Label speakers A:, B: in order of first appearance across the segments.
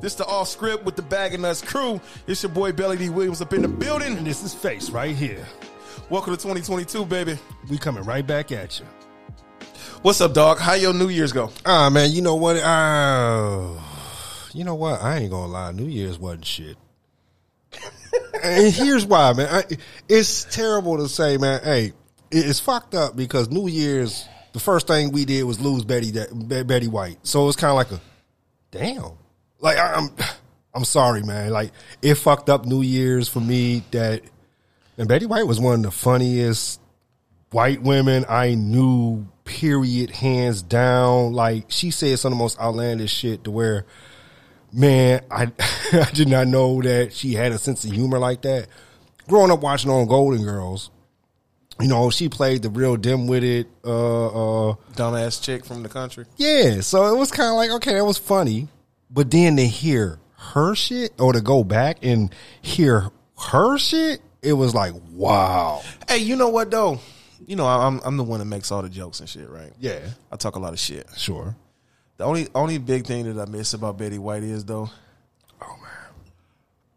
A: This the off script with the bagging us crew. It's your boy Belly D Williams up in the building.
B: And this is Face right here.
A: Welcome to 2022, baby.
B: We coming right back at you.
A: What's up, dog? How your New Year's go?
B: Ah, man, you know what? Ah, you know what? I ain't gonna lie. New Year's wasn't shit. and here's why, man. I, it's terrible to say, man. Hey, it- it's fucked up because New Year's, the first thing we did was lose Betty Da- Be- Betty White. So it's kind of like a damn. Like I- I'm, I'm sorry, man. Like it fucked up New Year's for me. That and Betty White was one of the funniest white women I knew, period, hands down. Like she said some of the most outlandish shit to where, man, I I did not know that she had a sense of humor like that. Growing up watching on Golden Girls, you know, she played the real dim witted uh uh
A: Dumbass chick from the country.
B: yeah, so it was kind of like okay, that was funny, but then to hear her shit or to go back and hear her shit, it was like wow.
A: Hey, you know what though? You know I- I'm I'm the one that makes all the jokes and shit, right?
B: Yeah,
A: I talk a lot of shit.
B: sure.
A: The only only big thing that I miss about Betty White is though. Oh man.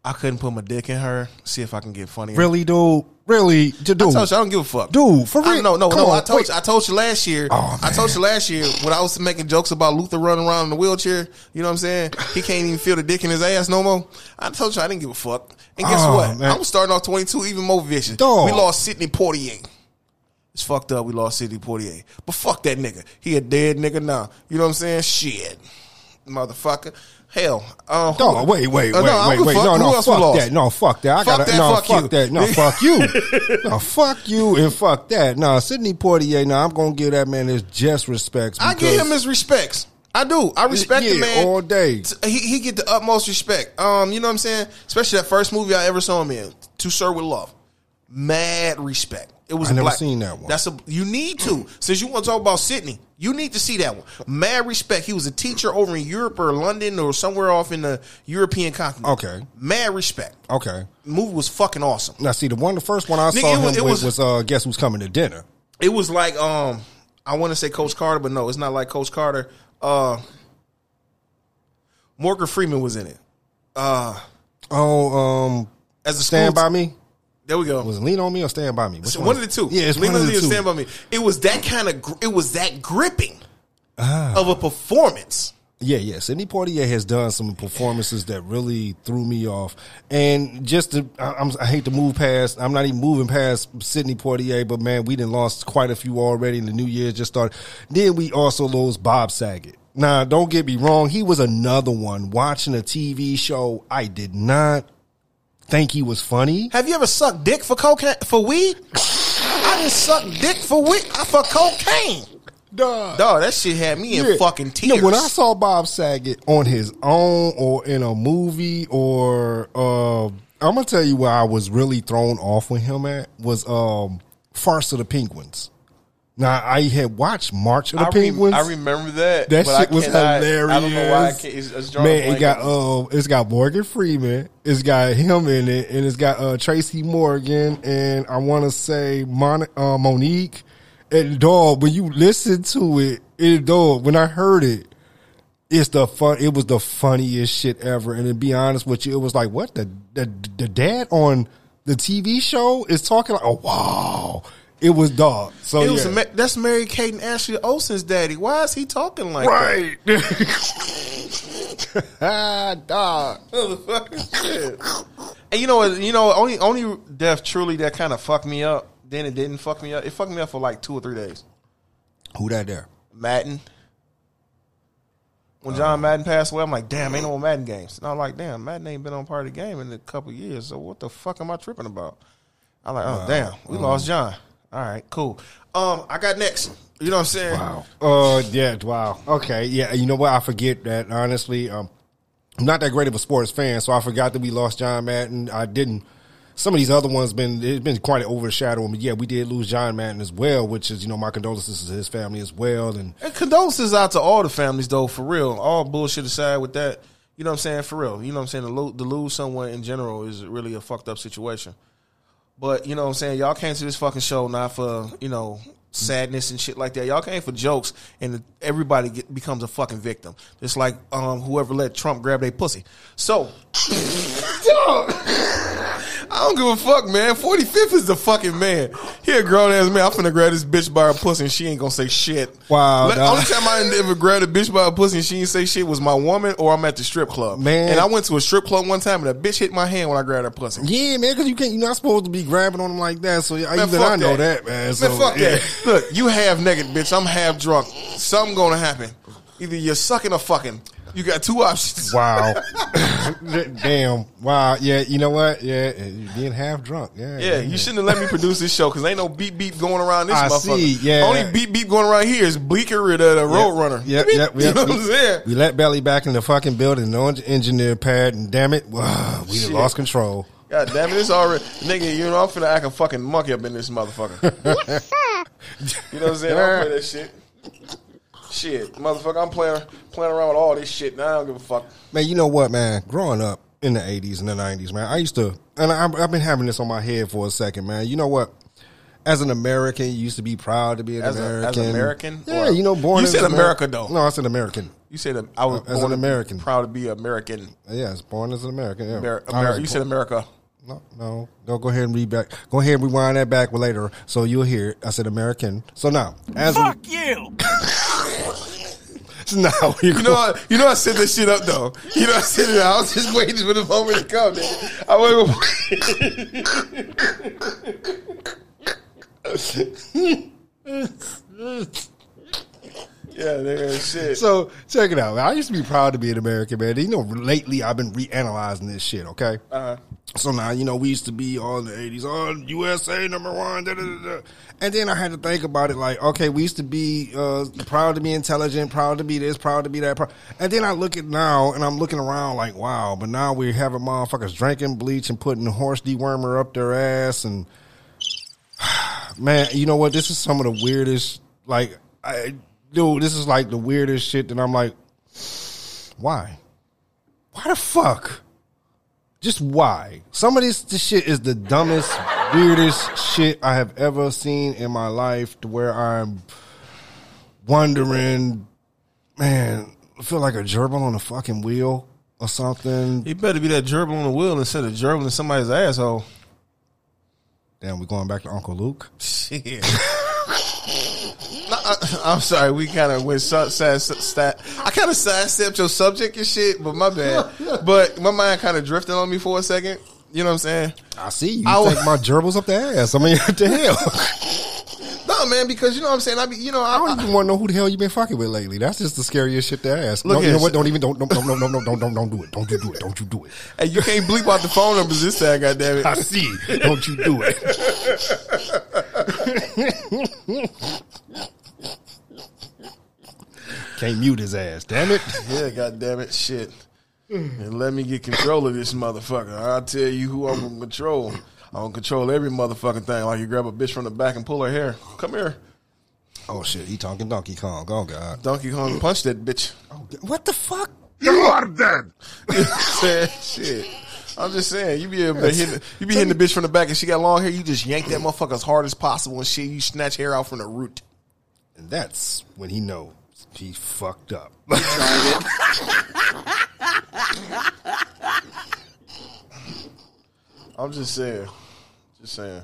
A: I couldn't put my dick in her. See if I can get funny.
B: Really, dude. Really, dude.
A: I told you I don't give a fuck,
B: Dude, for
A: I,
B: real.
A: no, no,
B: Come
A: no.
B: on,
A: I told
B: wait.
A: you. I told you last year.
B: Oh,
A: I told you last year when I was making jokes about Luther running around in the wheelchair. You know what I'm saying? He can't even feel the dick in his ass no more. I told you I didn't give a fuck. And guess
B: Oh,
A: what?
B: man.
A: I'm starting off 22 even more vicious.
B: Dog.
A: We lost Sidney Portier. It's fucked up. We lost Sidney Portier, but fuck that nigga. He a dead nigga now. You know what I'm saying? Shit, motherfucker. Hell, uh, who-
B: No, wait, wait, wait,
A: Uh, I don't
B: wait,
A: give a
B: wait.
A: fuck.
B: No,
A: Who
B: no,
A: else we
B: fuck
A: lost?
B: that. No, fuck that. I
A: Fuck
B: gotta
A: that,
B: no,
A: fuck
B: fuck
A: you.
B: that. No, fuck you. No, fuck you and fuck that. No, Sidney Portier. No, I'm gonna give that man his just respects.
A: I give him
B: because-
A: his respects. I do. I respect
B: yeah,
A: the man
B: all day.
A: T- He, he get the utmost respect. Um, you know what I'm saying? Especially that first movie I ever saw him in, To Sir with Love. Mad respect. It was
B: I never
A: black.
B: seen that one.
A: That's a you need to since you want to talk about Sydney. You need to see that one. Mad respect. He was a teacher over in Europe or London or somewhere off in the European continent.
B: Okay.
A: Mad respect.
B: Okay.
A: Movie was fucking awesome.
B: Now, see the one, the first one I
A: Nigga,
B: saw
A: it
B: him
A: was- it
B: with
A: was-
B: was, uh, guess who's coming to dinner?
A: It was like um, I want to say Coach Carter, but no, it's not like Coach Carter. Uh, Morgan Freeman was in it Uh,
B: Oh, um,
A: as a school
B: stand by me.
A: There we go.
B: Was it lean on me or stand by me? Which
A: So one of the two.
B: Yeah, it's
A: Lean
B: one
A: On
B: of
A: Me
B: the
A: or
B: two.
A: Stand by me. It was that kind of. Gr- it was that gripping
B: Ah.
A: of a performance.
B: Yeah, yeah. Sidney Poitier has done some performances that really threw me off, and just to, I, I'm, I hate to move past. I'm not even moving past Sidney Poitier, but man, we done lost quite a few already. And the New Year's just started. Then we also lost Bob Saget. Now, don't get me wrong. He was another one watching a TV show. I did not think he was funny.
A: Have you ever sucked dick for cocaine for weed? I didn't suck dick for weed uh, for cocaine. Dog, that shit had me in
B: Yeah.
A: fucking
B: You know,
A: tears.
B: when I saw Bob Saget on his own or in a movie or uh, I'm gonna tell you where I was really thrown off with him at was um Farce of the Penguins. Now I had watched March of the
C: I, rem-
B: Penguins.
C: I remember that.
B: that
C: but
B: shit
C: I
B: was
C: cannot-
B: hilarious.
C: I don't know why I can't, it's, it's drawing a
B: Man, it
C: blank
B: got
C: on-
B: um, it's got Morgan Freeman, it's got him in it, and it's got uh Tracy Morgan, and I want to say Mon- uh, Monique. And dog, when you listen to it, it dog. When I heard it, it's the fun. It was the funniest shit ever. And to be honest with you, it was like what the the, the dad on the TV show is talking like, oh wow, it was dog. So
A: it was
B: yeah.
A: Ma- that's Mary Kate and Ashley Olsen's daddy. Why is he talking like
B: right. ah, dog.
A: that? and you know, what- you know, only only death truly that kind of fucked me up. Then it didn't fuck me up. It fucked me up for like two or three days.
B: Who that there?
A: Madden. When
B: Uh-huh.
A: John Madden passed away, I'm like, damn, ain't no more Madden games. And I'm like, damn, Madden ain't been on part of the game in a couple years. So what the fuck am I tripping about? I'm like, oh damn, we
B: Mm-hmm.
A: lost John. All right, cool. Um, I got next. You know what I'm saying?
B: Wow. Uh, yeah. Wow. Okay. Yeah. You know what? I forget that. Honestly, um, I'm not that great of a sports fan, so I forgot that we lost John Madden. I didn't. Some of these other ones been it's been quite an overshadowing. But yeah, we did lose John Madden as well, which is you know my condolences to his family as well. And
A: And condolences out to all the families though, for real. All bullshit aside with that. You know what I'm saying? For real. You know what I'm saying? To, lo- to lose someone in general is really a fucked up situation. But you know what I'm saying? Y'all came to this fucking show not for, you know, sadness and shit like that. Y'all came for jokes, and everybody get, becomes a fucking victim. Just like um, whoever let Trump grab their pussy. So, dog, I don't give a fuck, man. Forty fifth is the fucking man. He a grown ass man. I'm finna grab this bitch by her pussy, and she ain't gonna say shit.
B: Wow,
A: Let,
B: dog.
A: only time I ever grabbed a bitch by her pussy and she ain't say shit was my woman or I'm at the strip club.
B: Man.
A: and I went to a strip club one time, and a bitch hit my hand when I grabbed her pussy.
B: Yeah, man, because you can't. You're not supposed to be grabbing on them like that. So I
A: Man,
B: even
A: fuck
B: I know that, man. So,
A: man, fuck
B: yeah.
A: that. Look, you half naked, bitch. I'm half drunk. Something gonna happen. Either you're sucking or fucking. You got two options.
B: Wow. Damn. Wow. Yeah. You know what? Yeah. you Being half drunk. Yeah.
A: Yeah, you shouldn't have let me produce this show because ain't no beep beep going around this
B: I
A: motherfucker.
B: see, yeah.
A: Only beep beep going around here is Bleaker or the, the Road Runner.
B: Yep, yep, yep.
A: You know what I'm saying?
B: We let Belly back in the fucking building. No en- engineer pad, and damn it, wow, we done lost control.
A: God damn it, it's already. Nigga, you know, I'm finna act a fucking monkey up in this motherfucker. you know what I'm saying? I don't play that shit. Shit, motherfucker, I'm playing playing around with all this shit now. I don't give a fuck.
B: Man, you know what, man? Growing up in the '80s and the '90s, man, I used to, and I, I've been having this on my head for a second, man. You know what? As an American, you used to be proud to be an
A: As a- as
B: American.
A: an American?
B: yeah.
A: Or-
B: You know, born.
A: You
B: as
A: said
B: an Amer-
A: America, though.
B: No, I said American.
A: You said that I was
B: As an
A: born
B: American.
A: proud to be American.
B: Yeah, it's born as an American. Yeah.
A: Amer-
B: I was
A: Amer- you said America.
B: No, no. Go go ahead and read back. Go ahead and rewind that back later, so you'll hear. it. I said American. So now, as fuck you. now you,
A: You know, I, you know, I set this shit up though. You know, I set it up. I was just waiting for the moment to come. nigga. I was yeah, nigga, shit.
B: So check it out. man. I used to be proud to be an American man. You know, lately I've been reanalyzing this shit. Okay. Uh-huh. So now you know we used to be all in the eighties, oh, all USA number one, da, da, da, da. and then I had to think about it. Like, okay, we used to be uh, proud to be intelligent, proud to be this, proud to be that. Proud. And then I look at now, and I'm looking around like, wow. But now we're having motherfuckers drinking bleach and putting horse dewormer up their ass and man, you know what? This is some of the weirdest. Like, I, dude, this is like the weirdest shit that I'm like, why? Why the fuck? Just why? Some of this, this shit is the dumbest, weirdest shit I have ever seen in my life. To where I'm wondering, man, I feel like a gerbil on a fucking wheel or something.
A: You better be that gerbil on the wheel instead of gerbil in somebody's asshole.
B: Damn, we going back to Uncle Luke.
A: Shit. No, I, I'm sorry, we kind of went side. side, side I kind of sidestepped your subject and shit, but my bad. But my mind kind of drifted on me for a second. You know what I'm saying?
B: I see you
A: I
B: take my gerbils up the ass. I mean, what the hell?
A: No, man, because you know what I'm saying. I be, you know, I,
B: I don't even want to know who the hell you been fucking with lately. That's just the scariest shit to ask.
A: Look
B: Look, you
A: here,
B: know what?
A: so-
B: Don't even don't don't don't don't don't don't don't, don't do it. Don't you do it? Don't you do it?
A: Hey, you can't bleep out the phone numbers this time, goddamn it!
B: I see. Don't you do it? Can't mute his ass. Damn it!
A: Yeah, goddamn it, shit. And let me get control of this motherfucker. I'll tell you who I'm gonna control. I'm gonna control every motherfucking thing. Like you grab a bitch from the back and pull her hair. Come here,
B: Oh shit! He talking Donkey Kong. Oh god.
A: Donkey Kong, punch that bitch.
B: Oh, what the fuck?
A: You know what I'm saying? shit. I'm just saying, you be able to hit, you be hitting the bitch from the back, and she got long hair. You just yank that motherfucker as hard as possible, and shit, you snatch hair out from the root.
B: And that's when he knows he fucked up.
A: I'm just saying, just saying.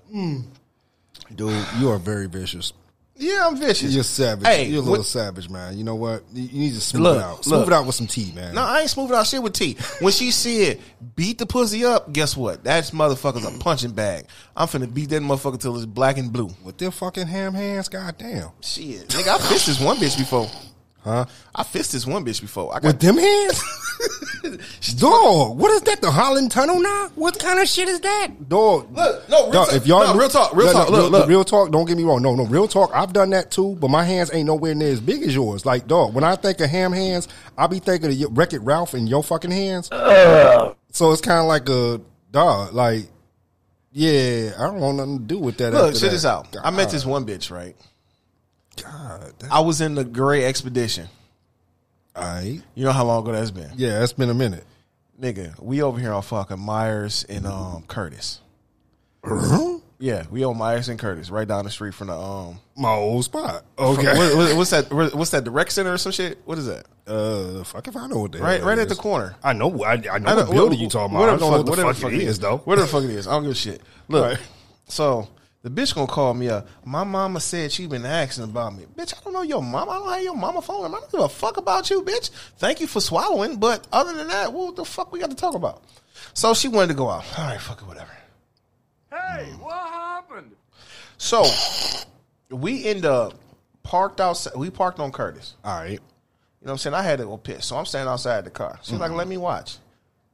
B: Dude, you are very vicious.
A: Yeah, I'm vicious.
B: You're savage.
A: Hey,
B: You're a little
A: what-
B: savage, man. You know what? You you need to smooth
A: Look,
B: it out. Smooth
A: look.
B: it out with some tea, man.
A: No, I ain't smoothing out shit with T. When she said beat the pussy up, guess what? That's motherfucker's a punching bag. I'm finna beat that motherfucker till it's black and blue.
B: With their fucking ham hands, goddamn.
A: Shit, nigga, I fist this one bitch before.
B: Huh?
A: I fist this one bitch before. I got
B: With them hands? Dog, what is that? The Holland Tunnel now? What kind of shit is that? Dog.
A: Look, no, real
B: Dog,
A: talk- no, real talk, real talk, look,
B: real,
A: look.
B: real talk, don't get me wrong. No, no, real talk. I've done that too, but my hands ain't nowhere near as big as yours. Like, dog, when I think of ham hands, I be thinking of your- Wreck It Ralph and your fucking hands. So it's kind of like a, dog, like, yeah, I don't want nothing to do with that.
A: look,
B: after
A: shit
B: that.
A: is out. I met this one bitch, right?
B: God, that-
A: I was in the Gray Expedition.
B: all right.
A: You know how long ago that's been?
B: Yeah, it's been a minute. Uh-huh.
A: Nigga, we over here on fucking Myers and um Curtis. Yeah, we on Myers and Curtis, right down the street from the um.
B: My old spot.
A: from-
B: Okay.
A: what- what- what's that? What's that? The rec center or some shit? What is that?
B: uh, fuck if I know what the
A: Right,
B: hell
A: right
B: it
A: at the
B: is.
A: corner.
B: I know. I, I know
A: I
B: what
A: don't-
B: building you talking about. I don't know what the
A: whatever
B: fuck, it is though.
A: Whatever the fuck it is, I don't give a shit. Look,
B: Right.
A: so the bitch gonna call me up. My mama said she been asking about me. Bitch, I don't know your mama. I don't have your mama phone. number. I don't give a fuck about you, bitch. Thank you for swallowing, but other than that, what the fuck we got to talk about? So she wanted to go out. All right, fuck it, whatever.
D: Hey, what happened?
A: So we end up parked outside. We parked on Curtis.
B: All right.
A: You know what I'm saying? I had to go piss, so I'm standing outside the car. She's
B: Mm-hmm.
A: like, "Let me watch.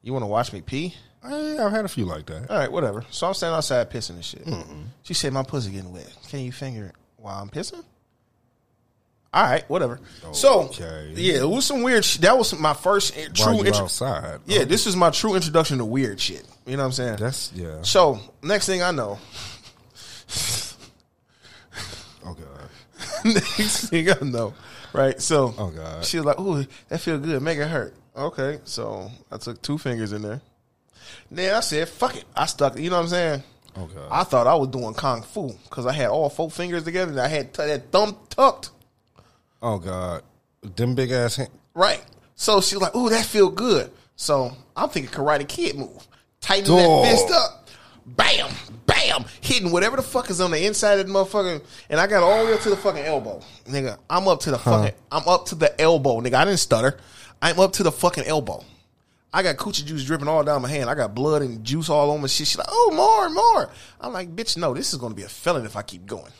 A: You want to watch me pee?"
B: I, I've had a few like that.
A: All right, whatever. So I'm standing outside pissing and shit. She said, "My pussy getting wet. Can you finger it while I'm pissing?" All right, whatever. So
B: Okay.
A: yeah, it was some weird. Sh- that was my first in-
B: While
A: true.
B: you
A: intro-
B: outside. Oh,
A: yeah, this is my true introduction to weird shit. You know what I'm saying?
B: That's yeah.
A: so next thing I know,
B: Oh god.
A: next thing I know, right? So
B: Oh, God.
A: she was like, "Ooh, that feel good. Make it hurt." Okay, so I took two fingers in there. Then I said, "Fuck it." I stuck. it. You know what I'm saying?
B: Oh god.
A: I thought I was doing kung fu because I had all four fingers together and I had t- that thumb tucked.
B: oh god. Them big ass. Hand-
A: Right. So she's like, "Ooh, that feel good." So I'm thinking Karate Kid move, tighten
B: Dog.
A: that fist up, bam, bam, hitting whatever the fuck is on the inside of the motherfucker, and I got all the way up to the fucking elbow, nigga. I'm up to the fucking, I'm up to the elbow, nigga. I didn't stutter. I'm up to the fucking elbow. I got coochie juice dripping all down my hand. I got blood and juice all on my shit. She's like, "Oh, more, more." I'm like, "Bitch, no, this is gonna be a felon if I keep going."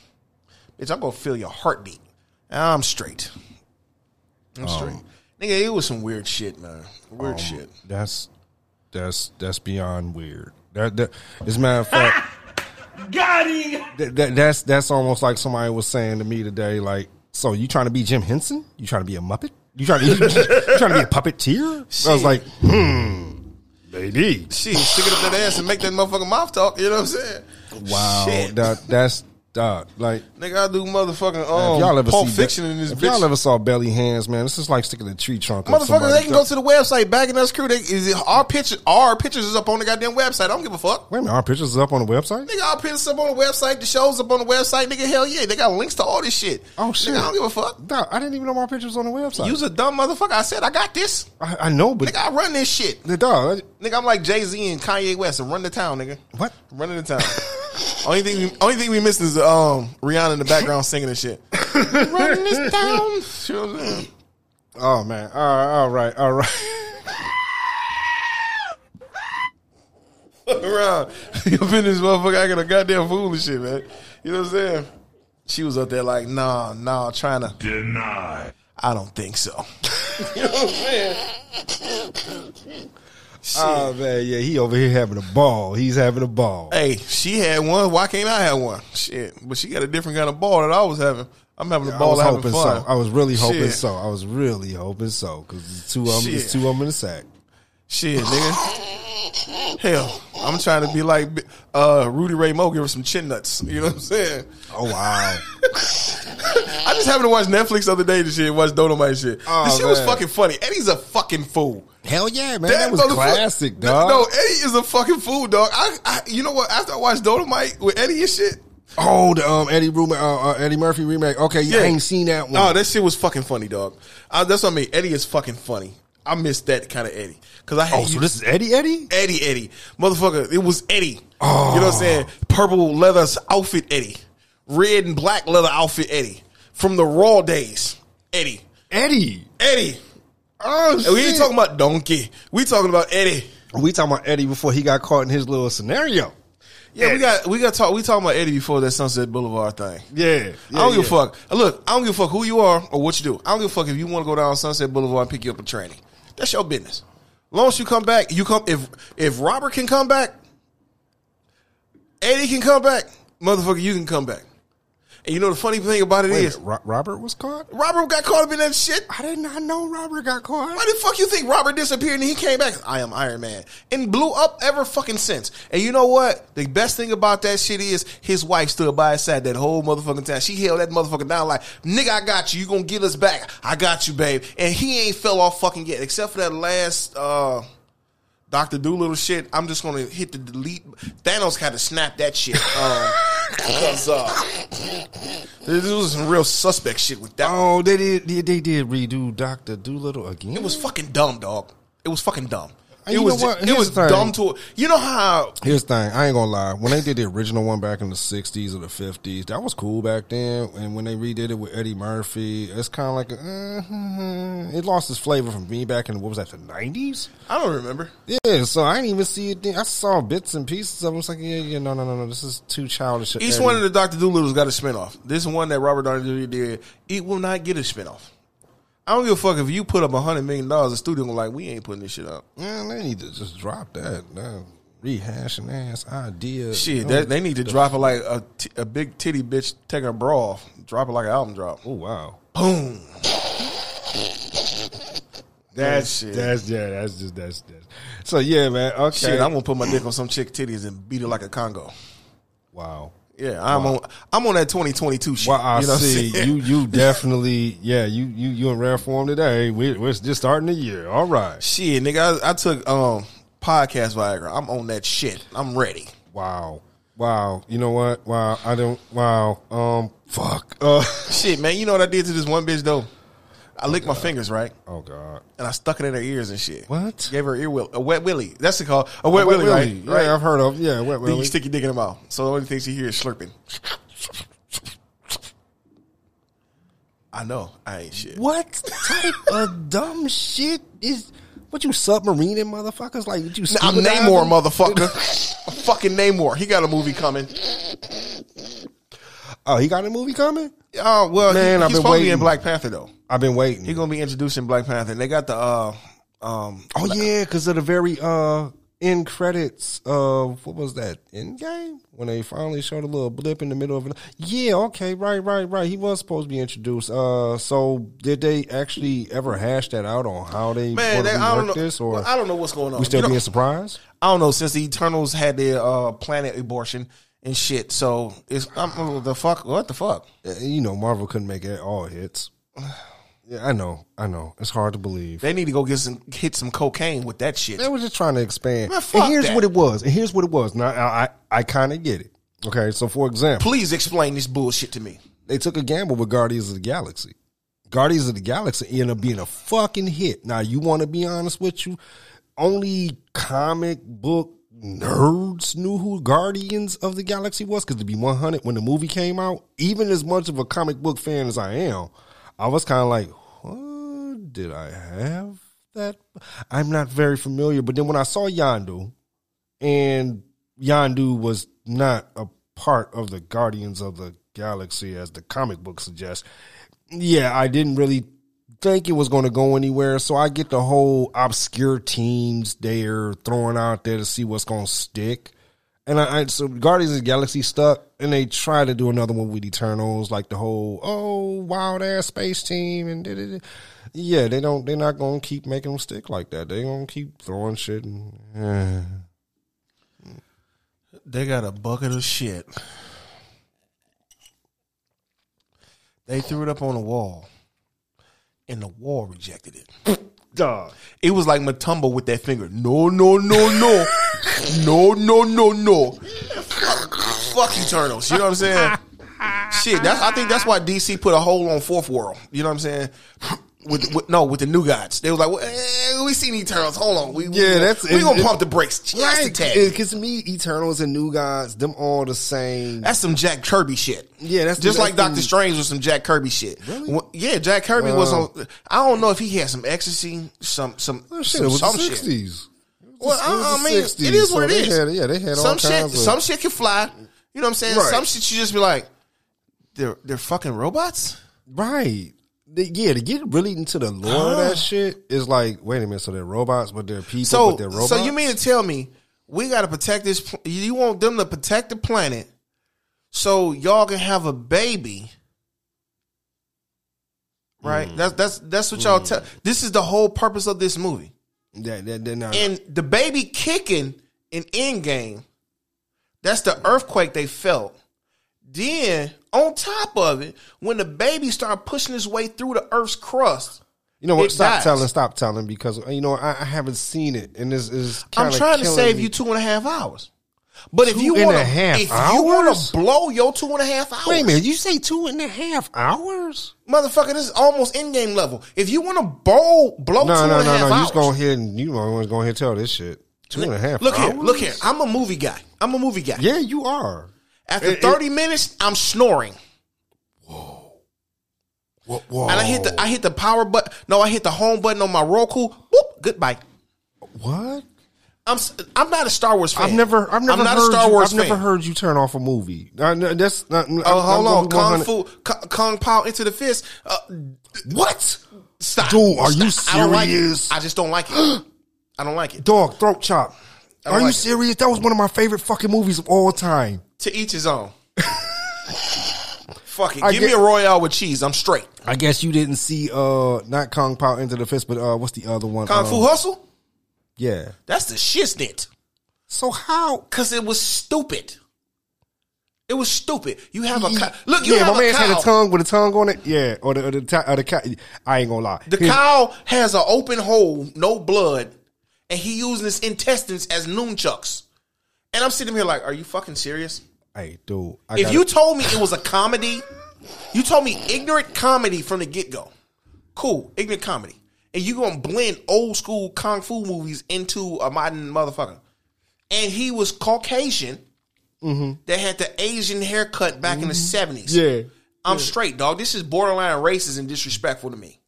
A: Bitch, I'm gonna feel your heartbeat. I'm straight. I'm
B: Oh.
A: straight. Nigga, it was some weird shit, man. Weird shit.
B: That's that's that's beyond weird. That, that as a matter of fact,
D: Got him!
B: that, that- that's that's almost like somebody was saying to me today, like, so you trying to be Jim Henson? You trying to be a Muppet? You trying to you trying to be a puppeteer? I was like, hmm, baby,
A: Shit, stick it up that ass and make that motherfucking mouth talk. You know what I'm saying?
B: wow,
A: Shit.
B: that that's dog. like.
A: Nigga, I do motherfucking um,
B: if y'all ever
A: Pulp
B: see
A: Fiction
B: Be-
A: in this
B: if
A: bitch.
B: y'all ever saw belly hands, man, this is like sticking a tree trunk. up
A: Motherfuckers, they can go
B: somebody's-
A: to the website, bagging us crew. They, is it, our pictures, our pictures is up on the goddamn website. I don't give a fuck.
B: Wait a minute, our pictures is up on the website.
A: Nigga, our pictures up on the website. The show's up on the website. Nigga, hell yeah, they got links to all this shit.
B: Oh, shit.
A: Nigga, I don't give a fuck.
B: Dog, I didn't even know my pictures was on the website.
A: You's a dumb motherfucker. I said I got this.
B: I, I know, but
A: Nigga, I run this shit.
B: the dog,
A: Nigga, I'm like Jay Z and Kanye West and run the town, nigga.
B: What?
A: Run the town. only thing, we, only thing we missed is um Rihanna in the background singing and shit. Run this town. You know what I'm saying?
B: Oh man! All right, all right, all right.
A: Fuck around. You up in this motherfucker acting a goddamn fool and shit, man. You know what I'm saying? She was up there like, nah, nah, trying to.
D: Denied.
A: I don't think so. you know what I'm saying?
B: Oh man, yeah, he over here having a ball. He's having a ball.
A: Hey, she had one. Why can't I have one? Shit, but she got a different kind of ball that I was having. I'm having a
B: I
A: ball
B: was
A: having
B: hoping
A: fun.
B: so. I was really hoping
A: Shit.
B: so. I was really hoping so because two of them,
A: Shit.
B: it's two of them in the sack.
A: Shit, nigga. Hell, I'm trying to be like uh, Rudy Ray Moore, give her some chin nuts. You know what I'm saying?
B: Oh wow!
A: I just happened to watch Netflix the other day. This shit, watch Dolomite shit.
B: Oh,
A: this shit was
B: man.
A: fucking funny. Eddie's a fucking fool.
B: Hell yeah, man! That, was
A: motherfucker-
B: classic,
A: That-
B: dog.
A: No, Eddie is a fucking fool, dog. I, I, you know what? After I watched Dolomite with Eddie and shit,
B: Oh, the um, Eddie Rum- uh, uh, Eddie Murphy remake. Okay, yeah. I ain't seen that one.
A: No, that shit was fucking funny, dog. Uh, that's what I mean. Eddie is fucking funny. I miss that kind of Eddie because I had
B: oh, so this is Eddie Eddie?
A: Eddie, Eddie, motherfucker. It was Eddie. You know what I'm saying? Purple leather outfit, Eddie. Red and black leather outfit, Eddie. From the Raw days, Eddie.
B: Eddie.
A: Eddie.
B: Oh shit!
A: And we ain't talking about Donkey. We talking about Eddie.
B: we talking about Eddie before he got caught in his little scenario.
A: Yeah, we got we got talk. We talking about Eddie before that Sunset Boulevard thing.
B: Yeah,
A: I don't
B: yeah.
A: give a fuck. Look, I don't give a fuck who you are or what you do. I don't give a fuck if you want to go down Sunset Boulevard and pick you up a tranny. That's your business. Long as you come back, you come. If if Robert can come back, Eddie can come back, motherfucker, you can come back. And you know the funny thing about it
B: Wait a
A: is,
B: minute, Ro- Robert was caught.
A: Robert got caught up in that shit.
B: I did not know Robert got caught.
A: Why the fuck you think Robert disappeared and he came back? I am Iron Man and blew up ever fucking since. And you know what? The best thing about that shit is his wife stood by his side that whole motherfucking time. She held that motherfucker down like, nigga, I got you. You gonna get us back? I got you, babe. And he ain't fell off fucking yet, except for that last uh, Doctor Doolittle shit, I'm just gonna hit the delete. Thanos had to snap that shit. Um, because uh, this was some real suspect shit with that.
B: Oh, they did. They, they did redo Doctor Doolittle again.
A: It was fucking dumb, dog. It was fucking dumb.
B: And
A: It
B: you
A: was
B: know what?
A: ju- it
B: Here's
A: was
B: the thing.
A: dumb to you know how
B: Here's the thing. I ain't gonna lie. When they did the original one back in the '60s or the '50s, that was cool back then. And when they redid it with Eddie Murphy, it's kind of like uh, it lost its flavor from me back in what was that the '90s?
A: I don't remember.
B: Yeah. So I didn't even see it. Then. I saw bits and pieces of. it. It's like yeah, yeah, no, no, no, no. This is too childish.
A: Each one of the Doctor Doolittle's got a spinoff. This one that Robert Downey Jr. did, it will not get a spinoff. I don't give a fuck if you put up a hundred million dollars. The studio gonna like we ain't putting this shit up.
B: man, they need to just drop that. that rehashing ass idea.
A: Shit,
B: Oh,
A: that, they need to drop it like a, t- a big titty bitch taking a bra off. Drop it like an album drop.
B: oh wow.
A: Boom. That shit.
B: That's yeah. That's just that's that's. So yeah, man. Okay.
A: shit. I'm gonna put my dick on some chick titties and beat it like a Congo.
B: wow.
A: Yeah, I'm on. I'm on that 2022 shit.
B: Well, I
A: what I'm
B: see
A: saying?
B: you. You definitely, yeah. You you you in rare form today. We, we're just starting the year. All right.
A: Shit, nigga. I, I took um podcast Viagra. I'm on that shit. I'm ready.
B: Wow. Wow. You know what? Wow. I don't. Wow. Um. Fuck. Uh.
A: Shit, man. You know what I did to this one bitch though? I licked my fingers right,
B: Oh God.
A: and I stuck it in her ears and shit.
B: What?
A: Gave her ear will a wet willy. That's it called a wet, willy, right?
B: Yeah,
A: Right.
B: I've heard of. Yeah. Wet
A: Then
B: Willie.
A: you stick your dick in her mouth. So the only thing she hears is slurping. I know. I ain't shit.
B: what type of dumb shit is? What you submarining motherfuckers? Like what you?
A: I'm
B: scuba diving?
A: Namor, motherfucker. I'm fucking Namor. He got a movie coming.
B: Oh, he got a movie coming.
A: Oh well,
B: Man,
A: he,
B: I've
A: he's
B: been
A: supposed to be
B: waiting.
A: in Black Panther though.
B: I've been waiting.
A: He's gonna be introducing Black Panther. They got the uh, um,
B: Oh yeah, because of the very uh end credits of what was that end game when they finally showed a little blip in the middle of it. Yeah, okay, right, right, right. He was supposed to be introduced. Uh, so did they actually ever hash that out on how they
A: man.
B: want
A: They,
B: to
A: I don't
B: work
A: know.
B: this, or
A: I don't know what's going on.
B: we still
A: You know-
B: being surprised?
A: I don't know. Since the Eternals had their uh, planet abortion and shit, so it's I'm, oh, the fuck. What the fuck?
B: Uh, You know, Marvel couldn't make it all hits. Yeah, I know, I know. It's hard to believe.
A: They need to go get some hit some cocaine with that shit.
B: They were just trying to expand.
A: Man, fuck
B: and here's
A: that.
B: what it was. And here's what it was. Now I I, I kind of get it. Okay, so for example.
A: Please explain this bullshit to me.
B: they took a gamble with Guardians of the Galaxy. Guardians of the Galaxy ended up being a fucking hit. Now, you want to be honest with you? Only comic book nerds knew who Guardians of the Galaxy was. Because to be 100, when the movie came out, even as much of a comic book fan as I am, I was kind of like, what did I have that? I'm not very familiar. But then when I saw Yondu, and Yondu was not a part of the Guardians of the Galaxy as the comic book suggests. Yeah, I didn't really think it was going to go anywhere, so I get the whole obscure teams they're throwing out there to see what's going to stick. And I, I so Guardians of the Galaxy stuck, and they try to do another one with Eternals, like the whole oh wild ass space team, and da-da-da. yeah, they don't, they're not gonna keep making them stick like that. They're gonna keep throwing shit and. eh.
A: They got a bucket of shit. They threw it up on the wall, and the wall rejected it.
B: Dog.
A: It was like Matumbo with that finger. No, no, no, no. no, no, no, no. Fuck Eternals. You know what I'm saying? Shit, that's, I think that's why DC put a hole on Fourth World. You know what I'm saying? With, with no, with the new gods, they was like, well, eh, "We seen Eternals. Hold on, we we-
B: Yeah, that's-
A: we
B: it-
A: gonna
B: it-
A: pump the brakes just a
B: Right,
A: tad.
B: because me, Eternals and New Gods, them all the same.
A: That's some Jack Kirby shit.
B: Yeah, that's-
A: just like
B: that's the-
A: Doctor Strange was some Jack Kirby shit. Really? Yeah, Jack Kirby was
B: Wow.
A: on. I don't know if he had some ecstasy, some some
B: Oh,
A: some, some shit.
B: sixties.
A: Well, I, I mean, it is what it is.
B: yeah, they had
A: some
B: all
A: shit.
B: kinds of
A: some shit can fly. You know what I'm saying?
B: Right.
A: Some shit you just be like, they're they're fucking robots.
B: right. They- yeah, to get really into the lore of that shit is like, wait a minute. So they're robots, but they're people.
A: So
B: but they're robots.
A: so you mean to tell me we got to protect this? pl- You want them to protect the planet so y'all can have a baby? Right. That's that's that's what y'all tell. This is the whole purpose of this movie.
B: that, that, that, nah,
A: and the baby kicking in Endgame, that's the earthquake they felt. Then on top of it, when the baby started pushing his way through the Earth's crust,
B: You know what?
A: It
B: stop
A: dies.
B: telling, stop telling, because you know I, I haven't seen it, and this is.
A: I'm
B: kinda
A: trying to
B: killing
A: save
B: me.
A: you two and a half hours. But if
B: Two
A: you
B: and
A: want
B: a
A: to,
B: half
A: if you want
B: hours?
A: to blow your two and a half hours,
B: Wait a minute, you say two and a half hours?
A: motherfucker, this is almost in game level. If you want to blow, blow two
B: No,
A: and
B: no,
A: a half
B: no, no. You just
A: hours.
B: go ahead and you know, everyone's going to tell this shit. Two and a half.
A: Look here,
B: hours?
A: look here. I'm a movie guy. I'm a movie guy.
B: Yeah, you are.
A: After 30 minutes, I'm snoring.
B: Whoa, whoa.
A: And I hit the I hit the power button. No, I hit the home button on my Roku. Boop, goodbye.
B: what?
A: I'm s- I'm not a Star Wars fan.
B: I've never, I've never
A: I'm not
B: heard
A: a Star
B: you,
A: Wars
B: I've
A: fan.
B: never heard you turn off a movie. I, no, that's not. I'm-
A: Oh,
B: I'm
A: hold
B: gonna
A: on.
B: be
A: Kung
B: 100
A: Fu, K- Kung Pao into the fist. Uh,
B: What?
A: stop.
B: Dude, are you
A: Stop. I don't like it.
B: serious?
A: I just don't like it. I don't like it.
B: Dog throat chop.
A: don't
B: Are you
A: like it.
B: serious? That was one of my favorite fucking movies of all time.
A: To each his own. Fuck it.
B: I
A: Give
B: get-
A: me a Royale with cheese. I'm straight.
B: I guess you didn't see uh not Kong Pao into the fist, but uh what's the other one?
A: Kung
B: Um,
A: Fu Hustle?
B: Yeah.
A: That's the shiznit.
B: So how?
A: Because it was stupid. It was stupid. You have a cow. Look, you
B: Yeah,
A: have
B: my
A: a
B: man
A: cow.
B: had a tongue with a tongue on it. Yeah, or the or the, ti- or the cow. I ain't gonna lie.
A: The
B: His-
A: cow has an open hole, no blood, and he using his intestines as nunchucks. And I'm sitting here like, are you fucking serious?
B: Hey, dude. I
A: If
B: gotta-
A: you told me it was a comedy, you told me ignorant comedy from the get go. Cool, ignorant comedy. And you gonna blend old school kung fu movies into a modern motherfucker. And he was Caucasian that had the Asian haircut back in the 70s.
B: Mm-hmm. yeah.
A: I'm straight, dog. This is borderline racist and disrespectful to me.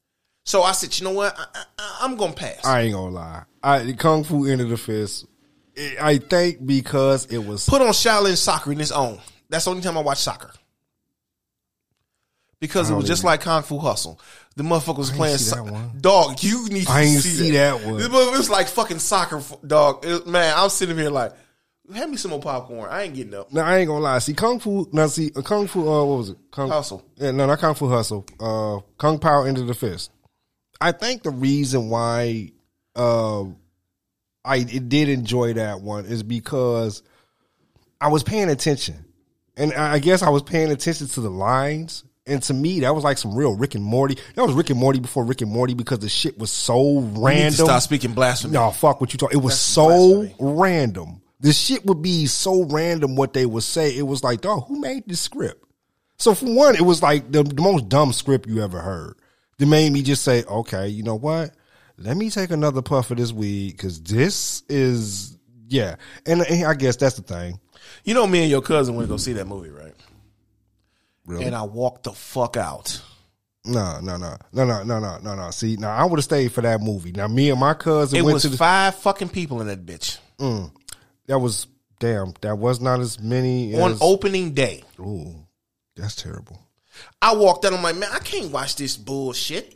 A: So I said, you know what? I, I- I, I'm gonna pass.
B: I ain't gonna lie. I Kung Fu into the fist. I- I think because it was
A: Put on Shaolin soccer in its own. That's the only time I watch soccer. Because it was just like Kung Fu Hustle. The motherfucker was playing
B: Oh. see that
A: so-
B: one.
A: dog. You need. To
B: I ain't
A: see,
B: see
A: that.
B: that one.
A: This motherfucker was like fucking soccer, f- dog. It- man, I'm sitting here like, hand me some more popcorn. I ain't getting up.
B: No, I ain't gonna lie. See, Kung Fu. Now, see, uh, Kung Fu. Uh, what was it? Kung,
A: Hustle.
B: Yeah, no, not Kung Fu Hustle. Uh, Kung Pao into the fist. I think the reason why uh, I it did enjoy that one is because I was paying attention, and I I guess I was paying attention to the lines. And to me, that was like some real Rick and Morty. That was Rick and Morty before Rick and Morty because the shit was so
A: You need to
B: random.
A: stop speaking blasphemy.
B: No, fuck what you talk. It was so
A: blasphemy.
B: random. This shit would be so random what they would say. It was like, dog, who made this script? So for one, it was like the, the most dumb script you ever heard. That made me just say, okay, you know what? Let me take another puff of this weed because this is yeah. And, and I guess that's the thing.
A: You know, me and your cousin went to go see that movie, right?
B: Really?
A: And I walked the fuck out.
B: No, no, no, no, no, no, no, no, no. See, now I would have stayed for that movie. Now me and my cousin
A: It
B: went
A: was
B: to the
A: five fucking people in that bitch
B: that was damn that was not as many
A: on
B: as,
A: opening day.
B: Ooh, that's terrible.
A: I walked out. I'm like, man, I can't watch this bullshit.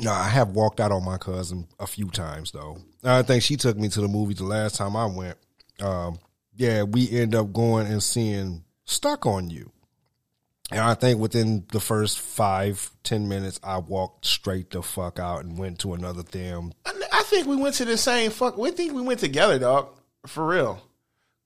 B: No, I have walked out on my cousin a few times though. I think she took me to the movies the last time I went. Um, yeah, we end up going and seeing Stuck on You, and I think within the first five ten minutes, I walked straight the fuck out and went to another damn.
A: I, I think we went to the same fuck. We think we went together, dog. For real,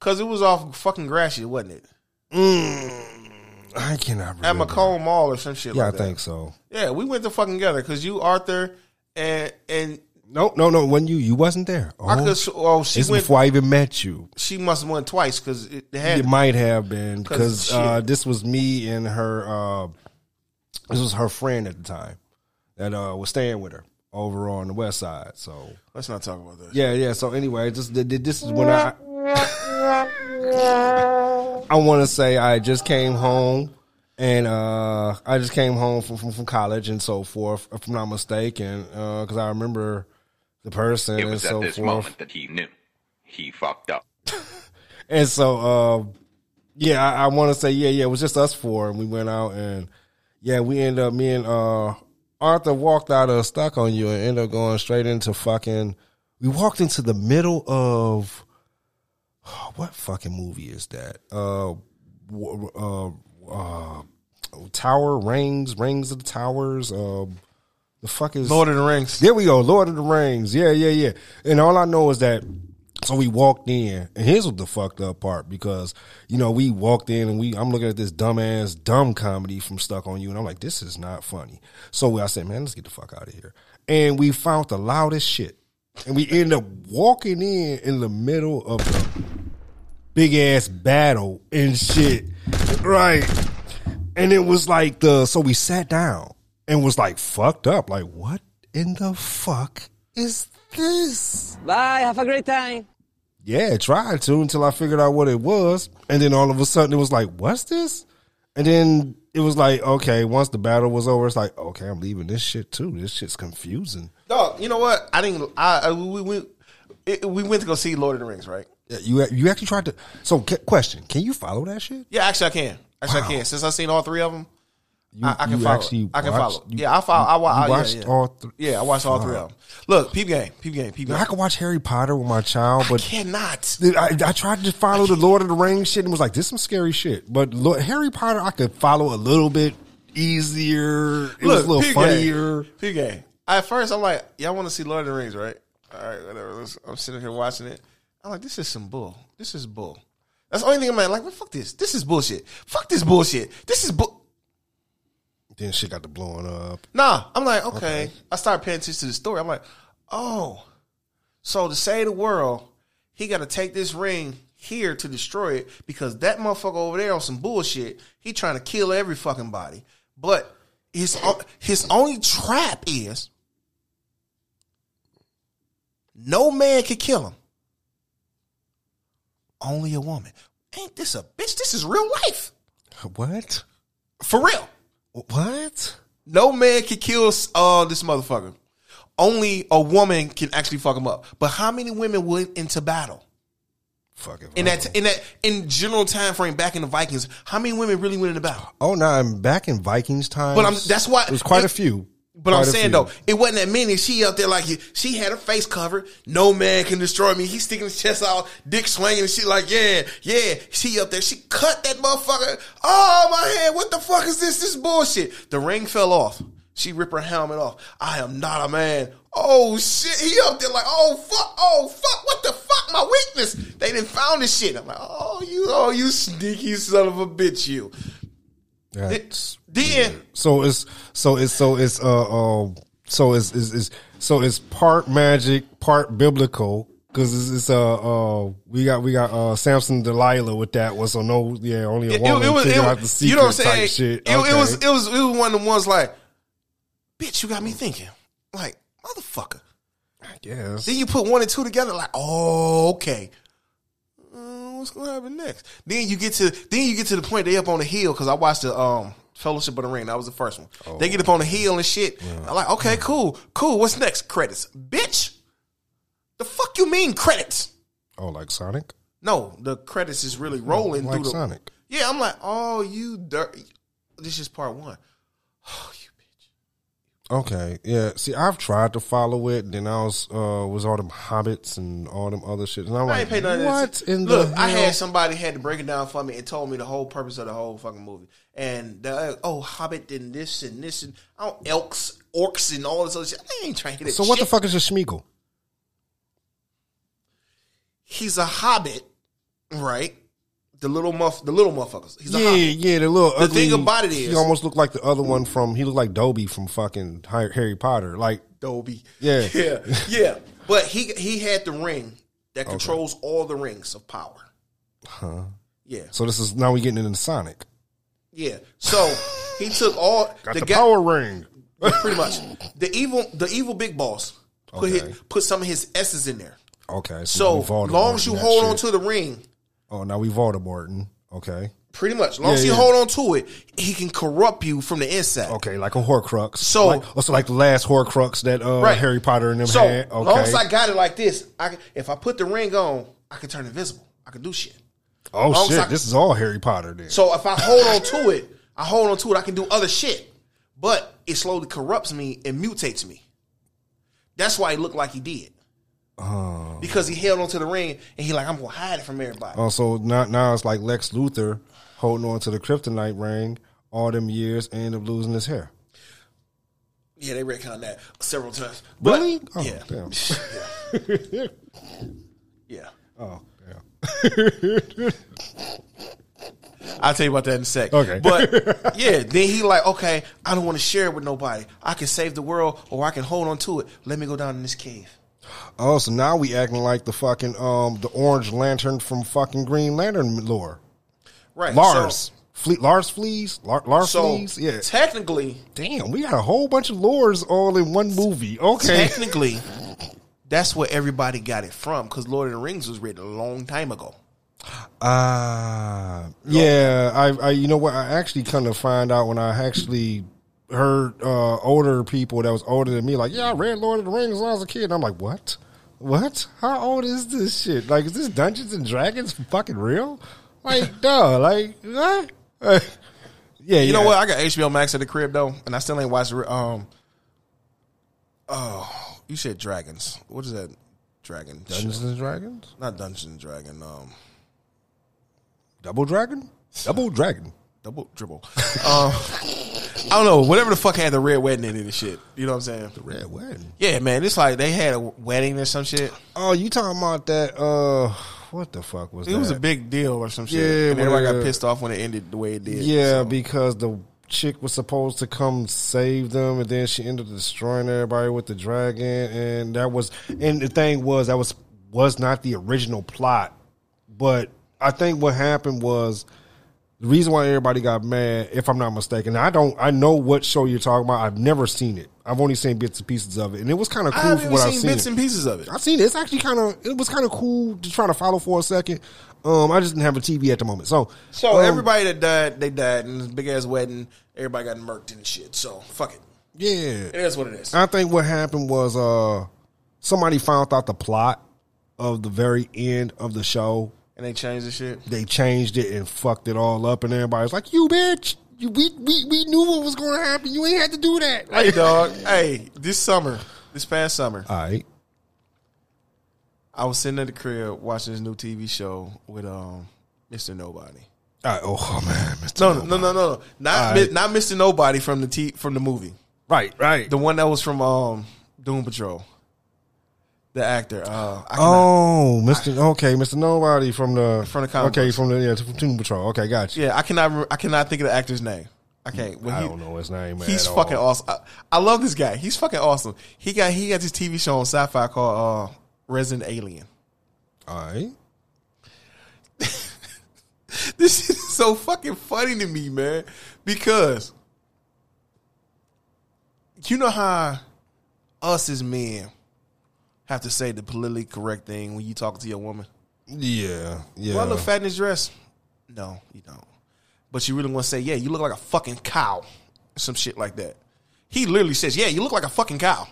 A: cause it was off fucking Gratiot, wasn't it?
B: mm, I cannot
A: At
B: remember.
A: McComb Mall or some shit.
B: yeah, I
A: like that.
B: think so.
A: Yeah, we went to fucking together, cause you, Arthur, and and
B: No, no, no. When you you wasn't there.
A: I
B: Oh,
A: could. s- Oh, she
B: it's
A: went.
B: before I even met you.
A: She must have went twice, cause it it had.
B: It might have been
A: 'Cause
B: because uh,
A: shit.
B: this was me and her. Uh, this was her friend at the time that uh, was staying with her over on the west side. So
A: Let's not talk about that.
B: yeah, yeah. So anyway, just th- th- this is when I I want to say I just came home and uh, I just came home from, from from college and so forth, if I'm not mistaken, because I remember the person
E: It
B: and
E: was at
B: so
E: this
B: forth.
E: moment that he knew he fucked up.
B: And so, uh, yeah, I, I want to say, yeah, yeah, it was just us four, and we went out, and yeah, we ended up me and uh, Arthur walked out of stuck on you, and ended up going straight into fucking. We walked into the middle of what fucking movie is that? Uh, w- uh, uh, Tower Rings, Rings of the Towers. Uh, the fuck is
A: Lord of the Rings.
B: there we go, Lord of the Rings. Yeah, yeah, yeah. And all I know is that. So we walked in, and here's what the fucked up part because you know we walked in and we I'm looking at this dumbass dumb comedy from Stuck on You, and I'm like, this is not funny. So I said, man, let's get the fuck out of here. And we found the loudest shit, and we end up walking in in the middle of the big ass battle and shit, right? And it was like the so we sat down and was like fucked up, like what in the fuck is this?
F: Bye. Have a great time.
B: Yeah, tried to until I figured out what it was. And then all of a sudden it was like, what's this? And then it was like, okay, once the battle was over, it's like, okay, I'm leaving this shit too. This shit's confusing.
A: Dog, you know what? I didn't. I, I we we it, we went to go see Lord of the Rings, right?
B: Yeah, You you actually tried to. So, ca- question: Can you follow that shit?
A: Yeah, actually, I can. Actually, I can. Since I've seen all three of them,
B: You,
A: I, I can
B: you
A: follow.
B: actually
A: I can
B: watched-
A: follow.
B: you-
A: yeah, I follow. I, wa-
B: you
A: I- yeah,
B: watched
A: yeah.
B: all three.
A: Yeah, I watched all three of them. Look, peep game, peep game, peep game.
B: I could watch Harry Potter with my child,
A: I
B: but
A: cannot.
B: I, I tried to follow the Lord of the Rings shit and was like, this some scary shit. But Lord, Harry Potter, I could follow a little bit easier. It was a little
A: peep
B: funnier.
A: Game, peep game. At first, I'm like, y'all want to see Lord of the Rings, right? All right, whatever. Let's- I'm sitting here watching it. I'm like, this is some bull. This is bull. That's the only thing I'm like, like, well, fuck this. This is bullshit. Fuck this bullshit. This is bull.
B: Then shit got to blowing up.
A: Nah, I'm like, okay. I start paying attention to the story. I'm like, oh, so to save the world, he got to take this ring here to destroy it because that motherfucker over there on some bullshit. He trying to kill every fucking body, but his o- his only trap is no man can kill him. Only a woman. Ain't this a bitch? This is real life
B: What?
A: for real.
B: What?
A: No man can kill uh, this motherfucker. Only a woman can actually fuck him up. But how many women went into battle
B: Fuck it.
A: in that in that in general time frame back in the Vikings? How many women really went into battle?
B: oh no, I'm back in Vikings time.
A: But I'm- that's why-
B: there's quite
A: it-
B: a few.
A: But I'm
B: Quite a
A: saying
B: few.
A: though, it wasn't that many. She out there like she had her face covered. No man can destroy me. He's sticking his chest out, dick swinging, and she like, yeah, yeah. She up there. She cut that motherfucker. Oh my head! What the fuck is this? This bullshit. The ring fell off. She ripped her helmet off. I am not a man. Oh shit! He up there like, oh fuck, oh fuck, what the fuck? My weakness. They didn't found this shit. I'm like, oh you, oh you sneaky son of a bitch, you.
B: That's-
A: Then
B: so it's so it's so it's uh um so it's is is so it's part magic, part biblical. Cause it's, it's uh uh we got we got uh Samson Delilah with that one so no yeah only a
A: it, it
B: woman
A: was, it,
B: figure out the
A: was-
B: secret
A: you know what I'm
B: type
A: saying?
B: shit.
A: It, it was
B: Okay.
A: it was it was one of the ones like, bitch, you got me thinking, like motherfucker.
B: yes.
A: Then you put one and two together, like, oh, okay. Uh, what's gonna happen next? Then you get to then you get to the point they up on the hill because I watched the um Fellowship of the Ring. That was the first one.
B: Oh.
A: They get up on the hill and shit. I'm like, okay, cool, cool. What's next? Credits, bitch. The fuck you mean credits?
B: oh like Sonic
A: No, the credits is really rolling
B: like
A: through the
B: Sonic
A: yeah, I'm like, oh, you dirty. This is part one. Oh, you bitch.
B: Okay, yeah. See, I've tried to follow it, and then I was uh, was all them hobbits and all them other shit, and I'm
A: I ain't
B: like,
A: paid none of
B: what
A: that.
B: in
A: Look,
B: the
A: I had
B: hell?
A: somebody had to break it down for me and told me the whole purpose of the whole fucking movie. And the, uh, oh, Hobbit and this and this and I don't, elks, orcs and all this other shit. I ain't trying to hear that
B: So what the
A: shit.
B: fuck is a Schmeagle?
A: He's a Hobbit, right? The little muff, the little motherfuckers. He's a
B: Yeah,
A: Hobbit.
B: yeah, the little
A: The
B: ugly.
A: thing about it is-
B: he almost looked like the other one from. He looked like Dobby from fucking Hi- Harry Potter. Like,
A: Dobie.
B: Yeah.
A: yeah, yeah. But he he had the ring that controls all the rings of power. Huh. Yeah.
B: so this is now we getting into Sonic.
A: Yeah. So he took all
B: Got
A: the,
B: the,
A: guy,
B: power ring.
A: pretty much the evil the evil big boss put
B: Okay.
A: his, put some of his S's in there.
B: Okay,
A: So
B: we Voldemorting
A: long as you
B: that
A: hold on to
B: shit.
A: the ring,
B: Oh, now we Voldemorting. Okay,
A: pretty much. Long as
B: Yeah,
A: you
B: yeah.
A: hold on to it, he can corrupt you from the inside.
B: okay, like a Horcrux.
A: So-
B: like, also like the last Horcrux that uh,
A: Right.
B: Harry Potter and them
A: So
B: had.
A: long as
B: Okay,
A: I got it like this, I can, if I put the ring on, I can turn invisible. I can do shit. long
B: oh
A: as
B: shit,
A: I-
B: this is all Harry Potter then.
A: So if I hold on to it, I hold on to it, I can do other shit. But it slowly corrupts me and mutates me. That's why he looked like he did. Because he held on to the ring and he like, I'm gonna hide it from everybody.
B: Uh, Oh, so now, now it's like Lex Luthor holding on to the kryptonite ring all them years and end up losing his hair.
A: Yeah, they retconned
B: Oh,
A: that several times.
B: Really?
A: But,
B: Oh,
A: yeah.
B: damn.
A: Yeah.
B: Oh, yeah.
A: I'll tell you about that in a sec.
B: Okay.
A: But yeah, then he like, okay, I don't want to share it with nobody. I can save the world or I can hold on to it. Let me go down in this cave.
B: Oh, so now we acting like the fucking um the Orange Lantern from fucking Green Lantern lore.
A: Right.
B: Lars,
A: So,
B: Fle- Lars flees. Lar- Lars
A: so
B: flees. Yeah.
A: technically,
B: Damn, we got a whole bunch of lores all in one movie. Okay.
A: technically, that's where everybody got it from because Lord of the Rings was written a long time ago.
B: Uh, yeah, I, I, you know what? I actually kind of find out when I actually heard uh, older people that was older than me, like, yeah, I read Lord of the Rings when I was a kid. And I'm like, what? What? How old is this shit? Like, is this Dungeons and Dragons fucking real? Like, duh, like, what? yeah,
A: You know what? I got HBO Max at the crib though, and I still ain't watched. Um, oh, you said dragons. What is that? Dragon?
B: Dungeons and Dragons?
A: Not Dungeons and Dragon. Um,
B: Double Dragon? Double Dragon.
A: double dribble. um, I don't know. Whatever the fuck had the red wedding in it and shit. You know what I'm saying?
B: Red Wedding.
A: Yeah, man. It's like they had a wedding or some shit.
B: Oh, you talking about that? Uh, what the fuck was
A: It
B: that?
A: was a big deal or some shit.
B: Yeah,
A: and everybody
B: where-
A: got pissed off when it ended the way it did.
B: Yeah,
A: so.
B: because the chick was supposed to come save them, and then she ended up destroying everybody with the dragon, and that was. And the thing was, that was was not the original plot, but I think what happened was the reason why everybody got mad, if I'm not mistaken. I don't, I know what show you're talking about. I've never seen it. I've only seen bits and pieces of it, and it was kind of cool
A: I've
B: for
A: even
B: what
A: seen
B: I've seen.
A: bits and pieces of it.
B: I've seen it. It's actually kind of. It was kind of cool to try to follow for a second. Um, I just didn't have a TV at the moment, so
A: So
B: um,
A: everybody that died, they died in this big ass wedding. Everybody got murked and shit. So fuck it.
B: yeah,
A: It is what it is.
B: I think what happened was uh somebody found out the plot of the very end of the show.
A: and they changed the shit.
B: They changed it and fucked it all up, and everybody's like, "You bitch! You, we we we knew what was going to happen. You ain't had to do that."
A: Hey,
B: Like,
A: dog. Hey, this summer, this past summer,
B: all right,
A: I was sitting at the crib watching this new TV show with um Mr. Nobody.
B: all right. Oh man, Mr.
A: No, no, no, no, no. Not mi-
B: Alright.
A: not Mr. Nobody from the t- from the movie.
B: right, right.
A: The one that was from um Doom Patrol. The actor. Uh, I cannot-
B: Oh, Mr. okay, Mr. Nobody from the
A: From the comic
B: okay
A: books.
B: from the yeah from Tomb Patrol. Okay, got you.
A: yeah, I cannot. rem- I cannot think of the actor's name. I can't. When
B: I
A: he-
B: don't know his name.
A: He's
B: at
A: fucking
B: all.
A: awesome. I, I love this guy. He's fucking awesome. He got he got this TV show on Sci-Fi called uh, Resident Alien.
B: All right.
A: This shit is so fucking funny to me, man. Because you know how us as men have to say the politically correct thing when you talk to your woman.
B: Yeah, yeah.
A: Do I look fat in this dress? No, you don't. But you really want to say, yeah, you look like a fucking cow. Some shit like that. He literally says, yeah, you look like a fucking cow.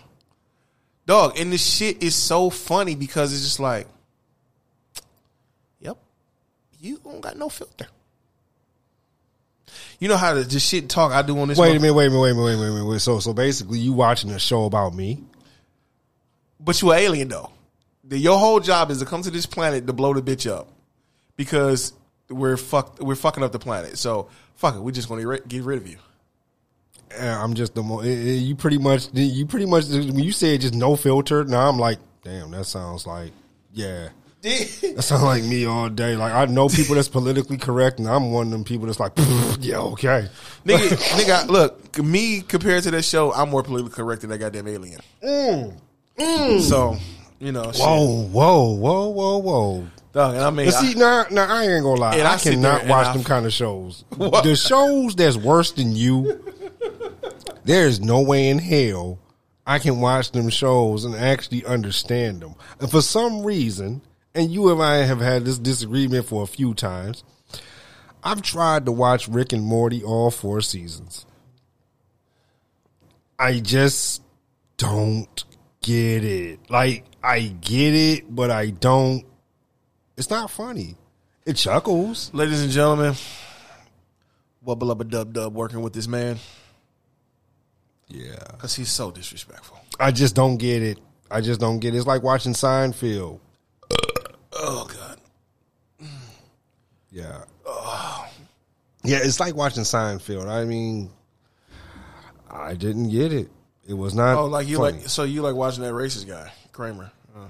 A: Dog, and this shit is so funny because it's just like, yep, you don't got no filter. You know how to just shit talk I do on this.
B: Wait a
A: mother-
B: minute, wait a minute, wait a minute, wait a minute, wait a minute. So, so basically, you watching a show about me?
A: But you an alien though. The- your whole job is to come to this planet to blow the bitch up because we're fucked. We're fucking up the planet. So fuck it. We're just gonna ri- get rid of you.
B: Eh, I'm just the mo- eh, eh, you pretty much you pretty much when you said just no filter. Now I'm like, damn, that sounds like yeah, that sounds like me all day. Like I know people that's politically correct, and I'm one of them people that's like, yeah, okay.
A: nigga, nigga, look, me compared to that show, I'm more politically correct than that goddamn alien. Mm. So you know, shit.
B: Whoa, Oh, whoa, whoa, whoa, whoa.
A: Dog, and I mean,
B: But see,
A: I,
B: now, now I ain't gonna lie.
A: And
B: I,
A: I sit
B: cannot
A: there and
B: watch
A: I-
B: them kind of shows. The shows that's worse than you, there is no way in hell I can watch them shows and actually understand them. And for some reason, and you and I have had this disagreement for a few times, I've tried to watch Rick and Morty all four seasons. I just don't get it. Like I get it, but I don't. It's not funny. It chuckles.
A: ladies and gentlemen, wubble up a dub dub working with this man
B: Yeah.
A: because he's so disrespectful.
B: I just don't get it. I just don't get it. It's like watching Seinfeld.
A: Oh god,
B: Yeah. Yeah, it's like watching Seinfeld. I mean, I didn't get it. It was not.
A: oh like you
B: funny.
A: like so you like watching that racist guy Kramer. Uh,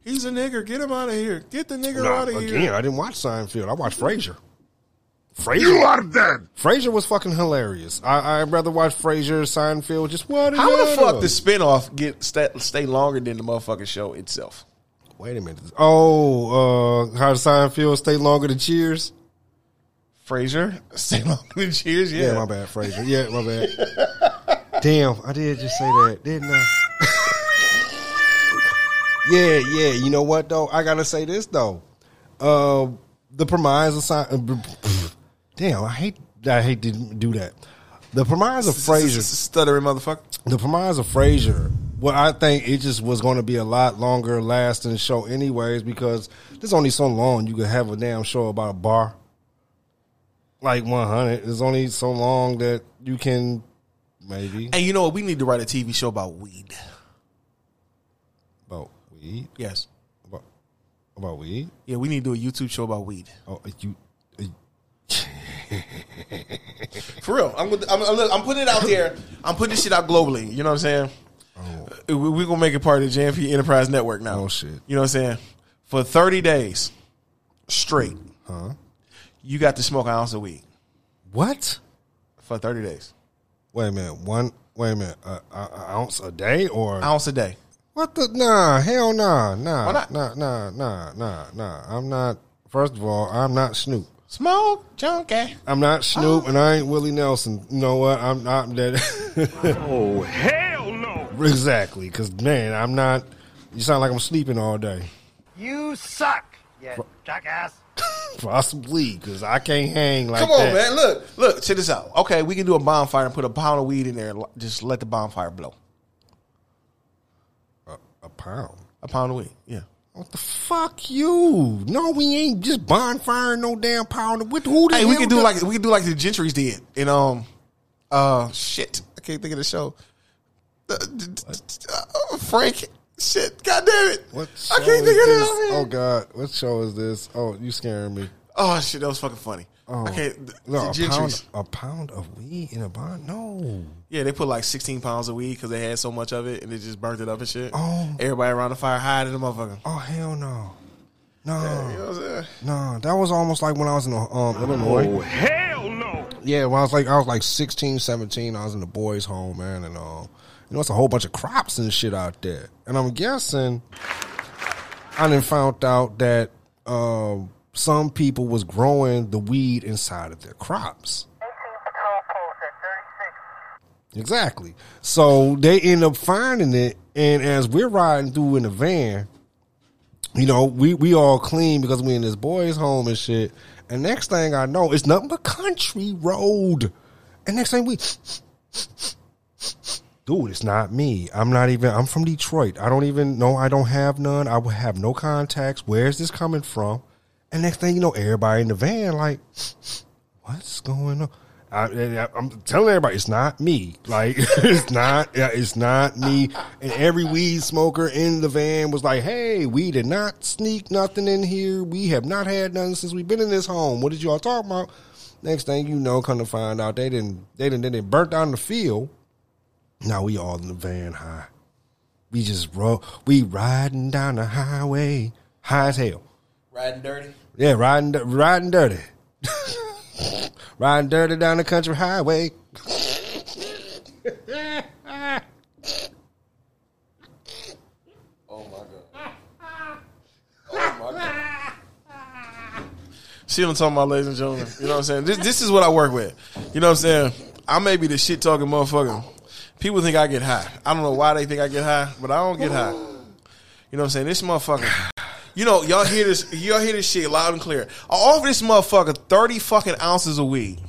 A: He's a nigger. Get him out of here. Get the nigger
B: Nah,
A: out of
B: again,
A: here.
B: I didn't watch Seinfeld. I watched Frasier. Frasier, you are dead. Frasier was fucking hilarious. I, I'd rather watch Frasier, Seinfeld. Just what?
A: How the fuck does spinoff get sta stay longer than the motherfucking show itself?
B: Wait a minute. Oh, uh, how does Seinfeld stay longer than Cheers?
A: Frasier, stay longer than Cheers. Yeah,
B: Yeah, my bad, Frasier. Yeah, my bad. Damn, I did just say that, didn't I? yeah, yeah. You know what though? I gotta say this though. Uh, the premise of Sein- Damn, I hate. I hate to do that. The premise of Frasier
A: stuttering motherfucker.
B: the premise of Frasier, what I think it just was going to be a lot longer lasting show, anyways, because there's only so long you could have a damn show about a bar. Like 100. There's only so long that you can maybe.
A: Hey, you know what? We need to write a TV show about weed.
B: About weed?
A: Yes.
B: About, about weed?
A: Yeah, we need to do a YouTube show about weed.
B: Oh, you.
A: For real, I'm with, I'm, I'm, look, I'm putting it out there. I'm putting this shit out globally. You know what I'm saying? We're we gonna make it part of the JMP Enterprise Network now.
B: Oh, shit.
A: You know what I'm saying? For 30 days straight,
B: Huh?
A: you got to smoke an ounce of weed
B: What?
A: for 30 days,
B: Wait a minute. One. Wait a minute. Uh, an ounce a day or
A: ounce a day.
B: What the nah, hell nah,
A: Why
B: nah,
A: not?
B: nah, nah, nah, nah, nah. I'm not first of all, I'm not Snoop.
A: Smoke, junkie.
B: I'm not Snoop
A: Oh.
B: and I ain't Willie Nelson. You know what? I'm not that
D: Oh, hell no.
B: exactly, cause man, I'm not you sound like I'm sleeping all day.
F: You suck, you jackass.
B: Possibly, cause I can't hang like
A: Come on,
B: that.
A: man. Look, look. Check this out. Okay, we can do a bonfire and put a pound of weed in there. and l- Just let the bonfire blow.
B: A pound.
A: A pound of weed. Yeah.
B: What the fuck you? No, we ain't just bonfiring no damn pound. What who the
A: Hey, we
B: hell
A: can do like
B: does-
A: we can do like the Gentrys did in um uh shit. I can't think of the show. Uh, d- d- d- uh, Frank shit. God damn it.
B: what show
A: I can't
B: is
A: think of it.
B: this? Oh
A: Oh,
B: god, what show is this? Oh, you scaring me.
A: oh shit, that was fucking funny.
B: Oh,
A: I can't. th-
B: no,
A: the
B: a
A: Gentrys.
B: pound, a pound of weed in a bond? No.
A: Yeah, they put like 16 pounds of weed because they had so much of it and they just burnt it up and shit.
B: Oh.
A: Everybody around the fire hiding the motherfucker.
B: Oh hell no.
A: You know
B: No.
A: what I'm saying?
B: No, that was almost like when I was in um, Illinois.
D: Oh, hell no.
B: Yeah, when I was like I was like 16, 17, I was in the boys' home, man, and um, you know, it's a whole bunch of crops and shit out there. And I'm guessing I then found out that um some people was growing the weed inside of their crops. Exactly. So they end up finding it, and as we're riding through in the van, you know, we we all clean because we in this boy's home and shit. And next thing I know, it's nothing but country road. And next thing we, dude, it's not me. I'm not even. I'm from Detroit. I don't even know. I don't have none. I would have no contacts. Where's this coming from? And next thing you know, everybody in the van like, what's going on? I, I, I'm telling everybody, it's not me. Like, it's not, yeah, it's not me. And every weed smoker in the van was like, "Hey, we did not sneak nothing in here. We have not had nothing since we've been in this home. What did y'all talk about?" Next thing you know, come to find out, they didn't, they didn't, they didn't burnt down the field. Now we all in the van high. We just ro- we riding down the highway, high as hell.
A: Riding dirty.
B: Yeah, riding, di- riding dirty, riding dirty down the country highway.
A: See what I'm talking about, ladies and gentlemen. You know what I'm saying? This, this is what I work with. You know what I'm saying? I may be the shit talking motherfucker. People think I get high. I don't know why they think I get high, but I don't get high. You know what I'm saying? This motherfucker. You know, y'all hear this y'all hear this shit loud and clear. I offer this motherfucker 30 fucking ounces of weed.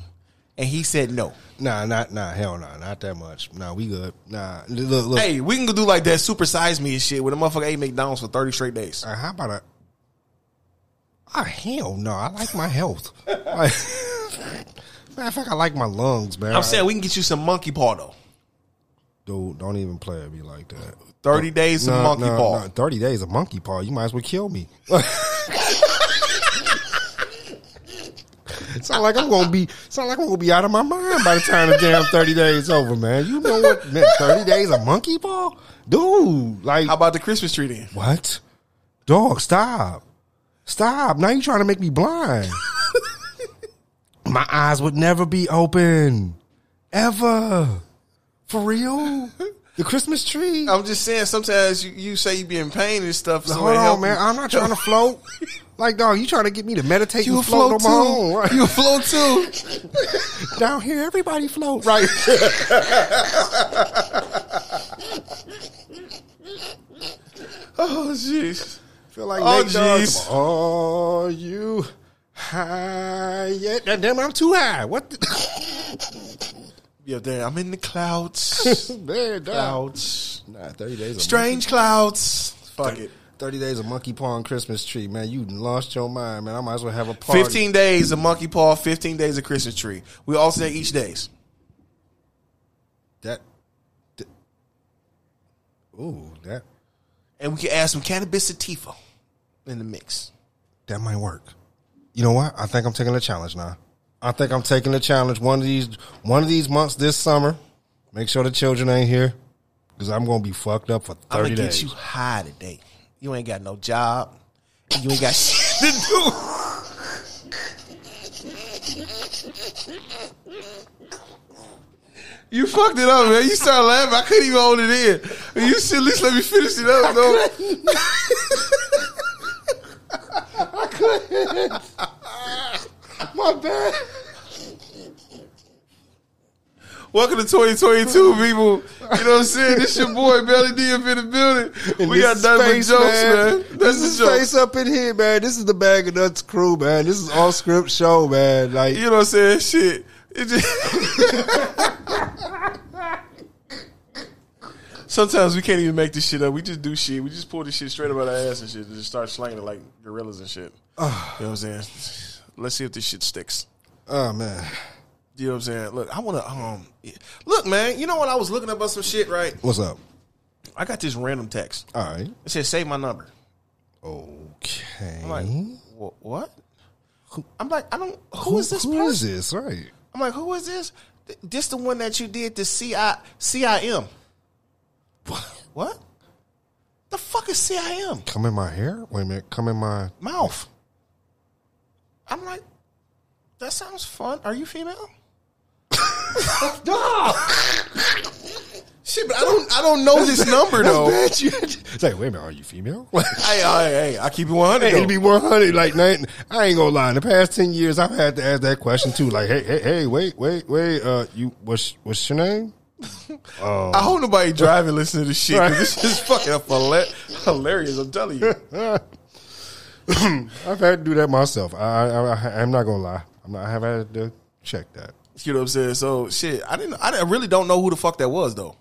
A: And he said no.
B: Nah, not nah, hell nah, not that much. Nah, we good. Nah, l- look, look.
A: Hey, we can go do like that super size me and shit with a motherfucker ate McDonald's for 30 straight days.
B: Uh, how about a? Ah, hell no. I like my health. Like, matter of fact, I like my lungs, man.
A: I'm saying we can get you some monkey paw though.
B: dude, don't even play at me like that.
A: 30 days of
B: Nah,
A: monkey
B: nah,
A: paw.
B: nah, Thirty days of monkey paw. You might as well kill me. It's not like I'm gonna be. It's not like I'm gonna be out of my mind by the time the damn thirty days over, man. You know what? Man, thirty days of monkey paw, dude. Like
A: How about the Christmas tree then?
B: What? dog, stop. Stop. Now you trying to make me blind. My eyes would never be open. Ever. For real? The Christmas tree?
A: I'm just saying. Sometimes you, you say you be in pain and stuff. So
B: Hold
A: it help
B: on, man.
A: you.
B: I'm not trying to float. Like, dog, you trying to get me to meditate
A: You
B: and float, on my own.
A: float too. You float too.
B: Down here, everybody float. Right.
A: Oh jeez.
B: Feel like
A: Oh,
B: Nate Dogg.
A: jeez.
B: Come on. Are you high yet? God Damn, it, I'm too high. What? The?
A: Yeah, there. I'm in the clouds.
B: Man, dog.
A: clouds.
B: Nah, 30 days of
A: Strange clouds. Fuck it.
B: 30 days of monkey paw and Christmas tree, man. You lost your mind, man. I might as well have a party.
A: 15 days of monkey paw, 15 days of Christmas tree. We alternate each days.
B: That. that- ooh, that
A: And we can add some cannabis sativa in the mix.
B: that might work. You know what? I think I'm taking a challenge now. I think I'm taking a challenge one of these one of these months this summer. Make sure the children ain't here because I'm gonna be fucked up for
A: I'm
B: 30
A: going to get
B: days.
A: you high today. You ain't got no job. and You ain't got shit to do. You fucked it up, man. You started laughing. I couldn't even hold it in. You should at least let me finish it up, though.
B: My bad.
A: Welcome to 2022, people. You know what I'm saying? This your boy Belly D up in the building. we got nothing
B: space,
A: but jokes, man. That's
B: this is
A: the joke.
B: space up in here, man. This is the bag of nuts crew, man. This is all script show, man. Like
A: You know what I'm saying? Shit. It just Sometimes we can't even make this shit up. We just do shit. We just pull this shit straight up out our ass and shit and just start slanging it like gorillas and shit.
B: Ah.
A: you know what I'm saying? Let's see if this shit sticks.
B: oh man.
A: You know what I'm saying? Look, I want to um Look, man, you know what I was looking up on some shit, right?
B: What's up?
A: I got this random text.
B: All right.
A: It said save my number.
B: Okay.
A: I'm like, "Wha- what? I'm like, I don't. who is this
B: Who
A: person?
B: is this? Right.
A: I'm like, who is this? Th- This the one that you did the CI CIM. What? The fuck is CIM?
B: Come in my hair? Wait a minute. Come in my
A: Mouth. I'm like, that sounds fun. Are you female? no. Shit, but I don't. I don't know this number though.
B: That's bad. You- it's like, wait a minute, are you female?
A: Hey, hey, hey! I keep it 100.
B: Hey,
A: though.
B: it'd be one hundred. Like, nothing- I ain't gonna lie. In the past ten years, I've had to ask that question too. Like, hey, hey, hey, wait, wait, wait. Uh, you what's what's your name?
A: I hope nobody driving listening to this shit. 'cause This is fucking hila- hilarious. I'm telling you.
B: I've had to do that myself. I, I, I I'm not gonna lie. I'm not, I have had to check that.
A: You know what I'm saying? So shit, I didn't. I didn't- I really don't know who the fuck that was though.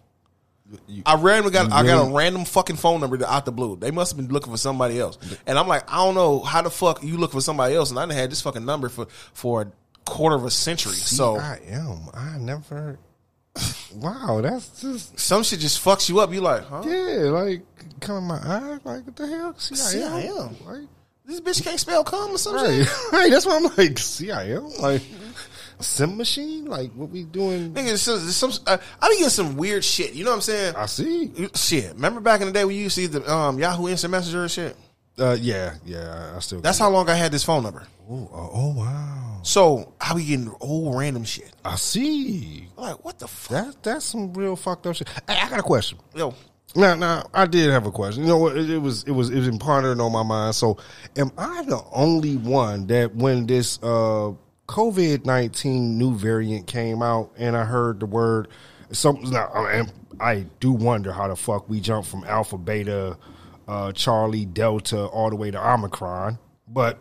A: I randomly got. I got a
B: really-
A: random fucking phone number out the blue. They must have been looking for somebody else. And I'm like, I don't know how the fuck you look for somebody else, and I done had this fucking number for for a quarter of a century. So
B: I am. I never. wow, that's just
A: some shit just fucks you up. You like, huh?
B: yeah. Like, come in my eyes. Like, what the hell? See,
A: See, I
B: I am.
A: am.
B: Like,
A: This bitch can't spell cum or some
B: Right,
A: shit.
B: right. That's why I'm like, see, I am like sim machine. Like, what we doing?
A: Nigga, some, some uh, I be getting some weird shit. You know what I'm saying?
B: I see.
A: Shit. Remember back in the day when you used to see the um, Yahoo Instant Messenger and shit?
B: Uh, yeah, yeah. I- I still.
A: That's how long I had this phone number.
B: Ooh, oh, oh, wow.
A: So I be getting old random shit.
B: I see.
A: I'm like, what the fuck?
B: That that's some real fucked up shit. Hey, I got a question.
A: Yo,
B: Now, now, I did have a question. You know what? It, it was it was it was pondering on my mind. So, am I the only one that when this uh COVID nineteen new variant came out and I heard the word some? Now, I, am- I do wonder how the fuck we jumped from Alpha Beta, uh, Charlie Delta all the way to Omicron, but.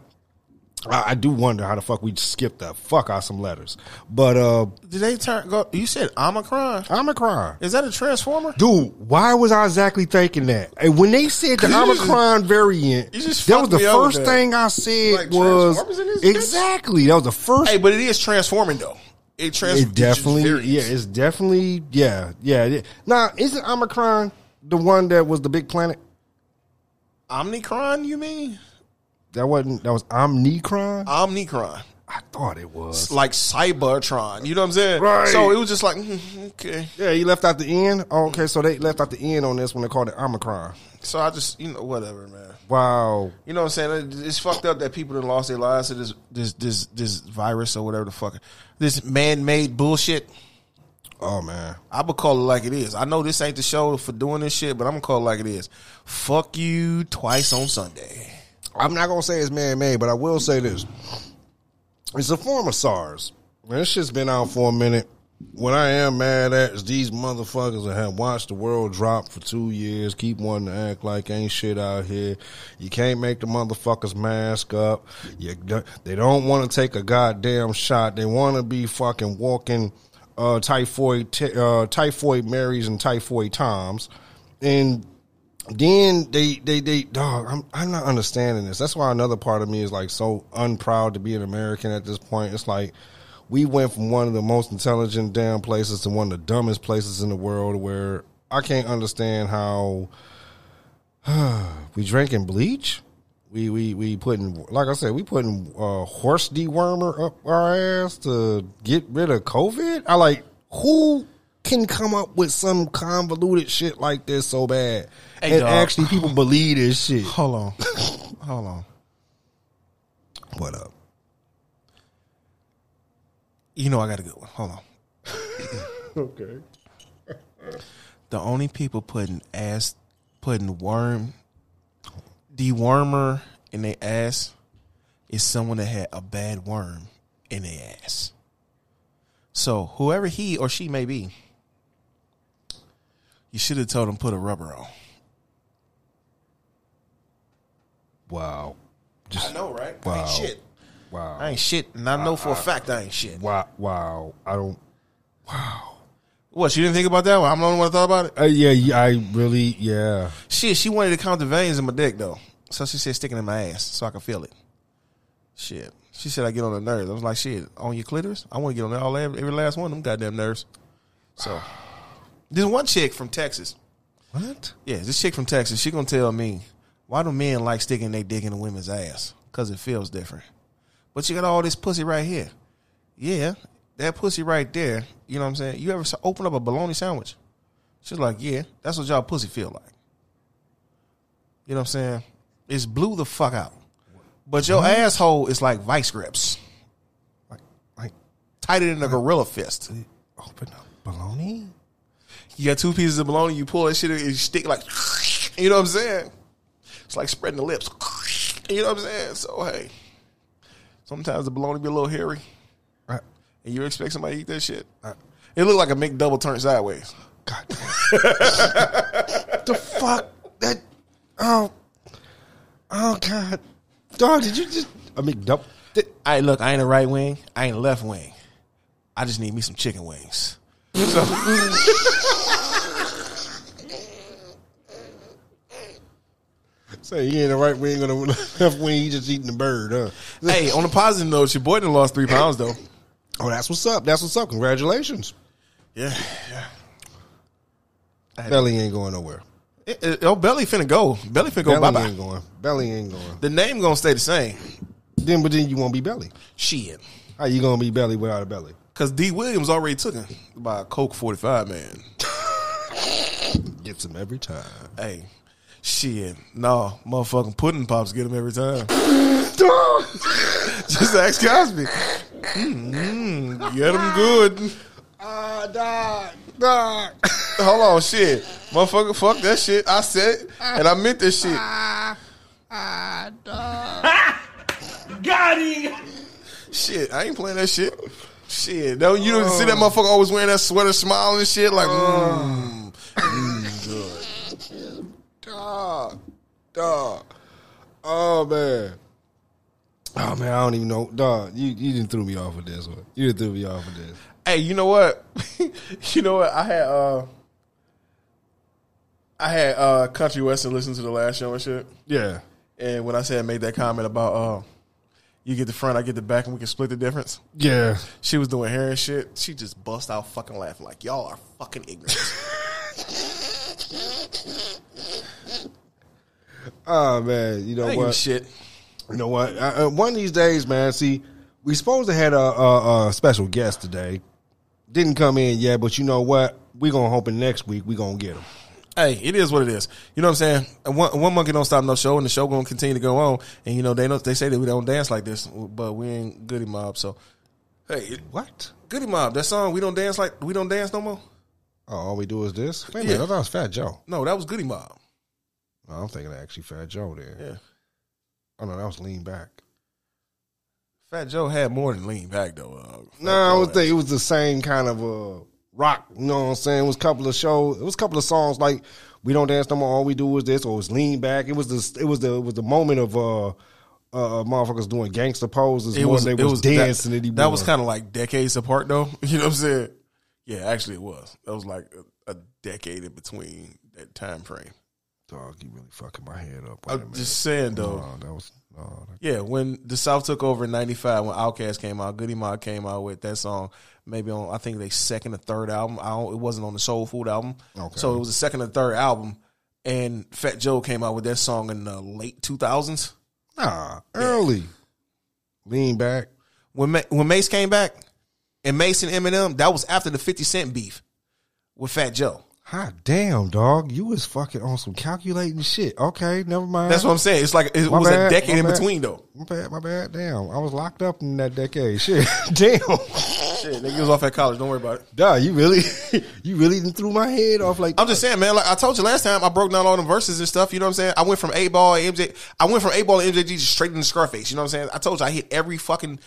B: I I do wonder how the fuck we skipped the fuck out some letters, but uh,
A: did they turn? Go, you said Omicron.
B: Omicron.
A: Is that a transformer?
B: Dude, why was I exactly thinking that? And when they said the
A: You just-
B: Omicron variant,
A: you just
B: that was
A: fucked
B: the
A: me up with
B: first
A: that.
B: thing I said
A: Like
B: was
A: Transformers in this bitch?
B: exactly. That was the first.
A: Hey, but it is transforming though. It trans.
B: it definitely,
A: it's various.
B: yeah, it's definitely, yeah, yeah. yeah. Now, isn't Omicron the one that was the big planet?
A: Omnicron. You mean
B: That wasn't. That was Omnicron.
A: Omnicron?
B: I thought it was.
A: like Cybertron. You know what I'm saying?
B: Right.
A: So it was just like, mm, okay.
B: Yeah, he left out the end. Oh, okay, so they left out the end on this when they called it Omicron.
A: So I just, you know, whatever, man.
B: Wow.
A: You know what I'm saying? It's fucked up that people that lost their lives to this this this this virus or whatever the fuck this man made bullshit.
B: Oh man.
A: I would call it like it is. I know this ain't the show for doing this shit, but I'm gonna call it like it is. Fuck you twice on Sunday.
B: I'm not gonna say it's man made, but I will say this. It's a form of SARS. Man, this shit's been out for a minute. What I am mad at is these motherfuckers that have watched the world drop for two years, keep wanting to act like ain't shit out here. You can't make the motherfuckers mask up. You, they don't want to take a goddamn shot. They want to be fucking walking uh, typhoid, t- uh, typhoid Marys and typhoid Toms, and then they they they dog I'm I'm not understanding this. That's why another part of me is like so unproud to be an American at this point. It's like we went from one of the most intelligent damn places to one of the dumbest places in the world where I can't understand how we drinking bleach. We we we putting like I said, we putting uh, horse dewormer up our ass to get rid of COVID. I like who can come up with some convoluted shit like this so bad,
A: Hey,
B: and
A: dog.
B: actually people believe this shit.
A: Hold on, hold on.
B: What
A: uh,
B: up?
A: You know I got a good one. Hold on.
B: Okay.
A: The only people putting ass putting worm dewormer in their ass is someone that had a bad worm in their ass. So whoever he or she may be, you should have told him put a rubber on.
B: Wow. Just
A: know, right?
B: I ain't Wow. shit. Uh-uh. wow.
A: I ain't shit, and I know for a fact I ain't shit.
B: wow. Wow. I don't.
A: What you didn't think about that one? I'm the only one that thought about it.
B: Uh, yeah, yeah. I really. Yeah.
A: Shit, she wanted to count the veins in my dick though, so she said sticking in my ass so I can feel it. Shit, she said I get on the nerves. I was like, shit, on your clitoris? I want to get on there all every, every last one of them goddamn nerves. So, this one chick from Texas.
B: What?
A: Yeah, this chick from Texas. She gonna tell me why do men like sticking their dick in a woman's ass? Cause it feels different. But you got all this pussy right here. Yeah, that pussy right there. You know what I'm saying? You ever s- open up a bologna sandwich? She's like, yeah, that's what y'all pussy feel like. You know what I'm saying? It's blew the fuck out. But your asshole is like vice grips,
B: Like, like,
A: tighter than a gorilla fist.
B: open up baloney.
A: You got two pieces of bologna, you pull that shit and you stick like, you know what I'm saying? It's like spreading the lips. You know what I'm saying? So, hey, sometimes the bologna be a little hairy
B: Right.
A: and you expect somebody to eat that shit. It looked like a McDouble turned sideways.
B: God. the fuck that? Oh. Oh God. Dog, did you just? I mean, double. Did,
A: I look, I ain't a right wing, I ain't a left wing. I just need me some chicken wings.
B: say he ain't the right wing or the left wing. He just eating the bird, huh?
A: hey, on a positive note, your boy done lost three pounds though.
B: Oh, that's what's up. That's what's up. Congratulations.
A: Yeah.
B: Belly ain't going nowhere.
A: It, it- oh, Belly finna go. Belly finna go
B: Belly
A: bye bye.
B: ain't going. Belly ain't going.
A: The name gonna stay the same.
B: Then, but then you won't be belly.
A: Shit.
B: How you gonna be belly without a belly?
A: Cause D Williams already took him by a Coke 45 man.
B: Gets him every time.
A: Hey. Shit. No, motherfucking pudding pops get him every time. Just ask Cosby. Mm, get him good.
B: Ah, dog, dog.
A: Hold on, shit. Motherfucker, fuck that shit. I said it, and I meant this shit.
D: Got him.
A: Shit, I ain't playing that shit. Shit, no, you don't
B: Oh.
A: see that motherfucker always wearing that sweater, smiling and shit like.
B: Oh.
A: Mm,
B: dog, dog. Oh man. Oh man, I don't even know. Dog, you you didn't threw me off with this one. You didn't threw me off with this.
A: Hey, you know what? you know what? I had uh, I had uh, Country Western listen to the last show and shit.
B: Yeah.
A: And when I said I made that comment about uh, you get the front, I get the back, and we can split the difference.
B: Yeah.
A: She was doing hair and shit. She just bust out fucking laughing like y'all are fucking ignorant.
B: Oh man, you know
A: I ain't
B: what?
A: shit.
B: Oh, You know what? I, uh, one of these days, man. See, we supposed to had a, a, a special guest today. Didn't come in yet, but you know what? We're gonna hope in next week we gonna get him.
A: Hey, it is what it is. You know what I'm saying? And One, one monkey don't stop no show, and the show gonna continue to go on. And you know they don't, they say that we don't dance like this, but we ain't Goody Mob. So, hey, it-
B: What?
A: Goody Mob, that song we don't dance like we don't dance no more.
B: Oh, all we do is this? Wait a
A: Yeah.
B: minute, I thought it was Fat Joe.
A: No, that was Goody Mob.
B: Oh, I'm thinking of actually Fat Joe there.
A: Yeah,
B: Oh no, that was Lean Back.
A: Fat Joe had more than lean back though. Uh, Fat
B: No, I
A: Joe
B: was
A: had-
B: thinking it was the same kind of uh, rock. You know what I'm saying? It was a couple of shows. It was a couple of songs like "We Don't Dance No More." All we do is this, or it was "Lean Back." It was the it was the it was the moment of uh, uh motherfuckers doing gangster poses.
A: It
B: more
A: was,
B: than they
A: it
B: was,
A: was
B: dancing
A: That,
B: anymore.
A: that was kind of like decades apart though. You know what I'm saying? Yeah, actually it was. That was like a, a decade in between that time frame.
B: dog. You really fucking my head up. Wait a
A: I'm
B: minute.
A: just saying though.
B: No, that was no, that-
A: Yeah, when the South took over in '95, when Outkast came out, Goody Mob came out with that song. Maybe on I think they second or third album. I don't, it wasn't on the Soul Food album,
B: Okay.
A: so it was the second or third album. And Fat Joe came out with that song in the late 2000s.
B: nah. Early, lean back.
A: When Ma- when Mace came back, and Mace and Eminem, that was after the 50 Cent beef with Fat Joe.
B: Hot damn, dog. You was fucking on some calculating shit. Okay, never mind.
A: That's what I'm saying. It's like it
B: My
A: was
B: bad,
A: a decade
B: my
A: in
B: bad.
A: between though.
B: My bad, my bad. Damn, I was locked up in that decade. Shit, damn.
A: Shit, nigga was off at college. Don't worry about it.
B: Nah, you really, you really done threw my head off like.
A: I'm just saying, man. Like I told you last time, I broke down all the verses and stuff. You know what I'm saying? I went from A ball, MJ. I went from A ball, MJG, just straight into Scarface. You know what I'm saying? I told you I hit every fucking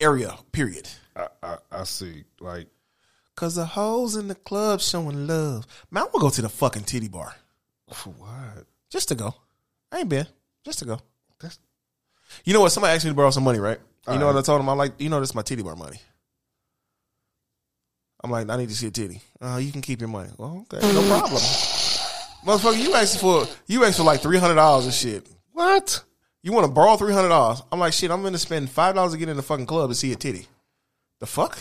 A: area. Period.
B: I, I, I see. Like,
A: Cause the hoes in the club showing love. Man, I'm gonna go to the fucking titty bar
B: for what?
A: just to go. I ain't been just to go.
B: That's
A: You know what? Somebody asked me to borrow some money, right? You know what I told him? I like, you know, this is my titty bar money. I'm like, I need to see a titty. Uh, you can keep your money. Well, okay, no problem. Motherfucker, you asked for you asked for like three hundred dollars and shit.
B: what?
A: You want to borrow three hundred dollars? I'm like, shit. I'm gonna spend five dollars to get in the fucking club and see a titty. The fuck?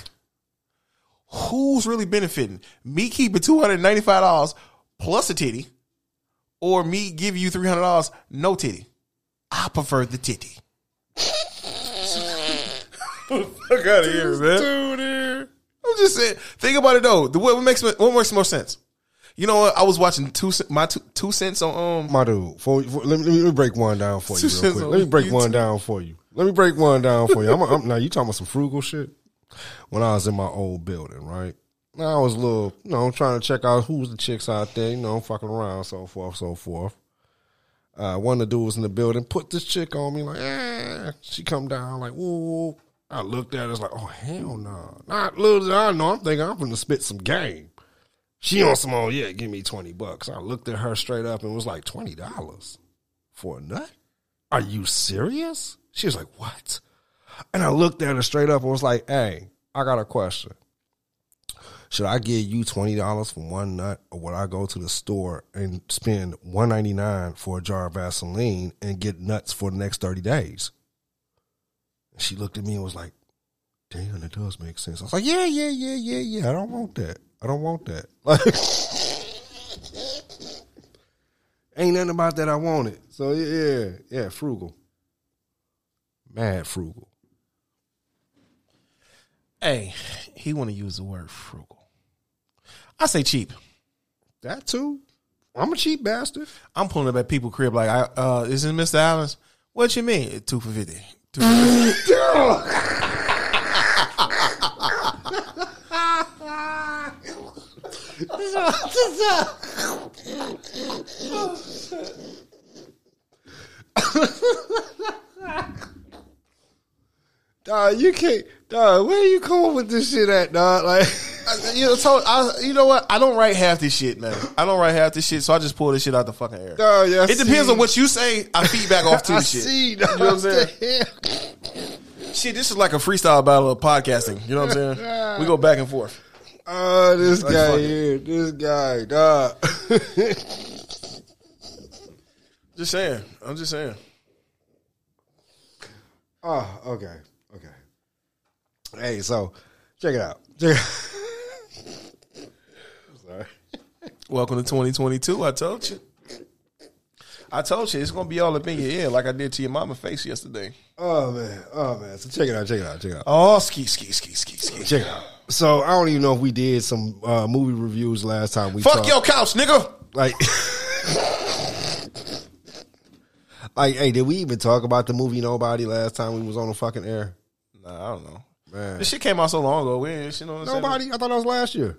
A: Who's really benefiting? Me keeping two hundred ninety five dollars plus a titty, or me give you three hundred dollars no titty? I prefer the titty. fuck out of here, man. I'm just saying. Think about it though. The what makes what makes more sense? You know what? I was watching two Cent- my two, two cents on um
B: My dude, for, for, let, me, let me break one down for you
A: Two
B: real
A: cents
B: quick.
A: on
B: Let me break one
A: YouTube.
B: down for you. Let me break one down for you. I'm, I'm, now you talking about some frugal shit? When I was in my old building, right? Now I was a little, you know, trying to check out who's the chicks out there, you know, fucking around, so forth, so forth. Uh, one of the dudes in the building put this chick on me, like, eh. She come down, like, woo. I looked at her, it's like, oh hell no, not little did I know. I'm thinking I'm gonna spit some game. She on some old, yeah, give me 20 bucks. I looked at her straight up and was like, $20 for a nut? Are you serious? She was like, what? And I looked at her straight up and was like, hey, I got a question. Should I give you $20 for one nut or would I go to the store and spend $1.99 for a jar of Vaseline and get nuts for the next 30 days? And she looked at me and was like, damn, that does make sense. I was like, yeah, yeah, yeah, yeah, yeah. I don't want that. I don't want that. Like, ain't nothing about that. I want it. So yeah, yeah, frugal. Mad frugal.
A: Hey, he want to use the word frugal. I say cheap.
B: That too. I'm a cheap bastard.
A: I'm pulling up at people crib like, I, uh, is it Mr. Allen's? What you mean? Two for fifty. Two for 50.
B: Dog, you can't. Dog, where you coming with this shit at, dog? Like,
A: you know, so I, you know what? I don't write half this shit, man. I don't write half this shit, so I just pull this shit out the fucking air.
B: dog, yeah, I
A: It depends
B: see.
A: on what you say. I feedback off to
B: I
A: the shit.
B: see.
A: You know what I'm saying?
B: saying?
A: Shit, this is like a freestyle battle of podcasting. You know what I'm saying? We go back and forth.
B: Oh, this
A: Like,
B: guy
A: fuck it.
B: here, this guy, dog.
A: Just saying. I'm just saying.
B: oh, okay, okay. Hey, so check it out. Check it- I'm sorry.
A: Welcome to 2022. I told you. I told you it's gonna be all up in your ear, like I did to your mama face yesterday.
B: Oh man, oh man. So check it out, check it out, check it out,
A: Oh, ski, ski, ski, ski, ski.
B: check it out. So I don't even know if we did some uh, movie reviews last time. We
A: Fuck
B: talked.
A: your couch, nigga.
B: like. Like, hey, did we even talk about the movie Nobody last time we was on the fucking air?
A: Nah, I don't know.
B: Man.
A: This shit came out so long ago. We ain't, you know what I'm
B: Nobody, I thought that was last year.
A: saying?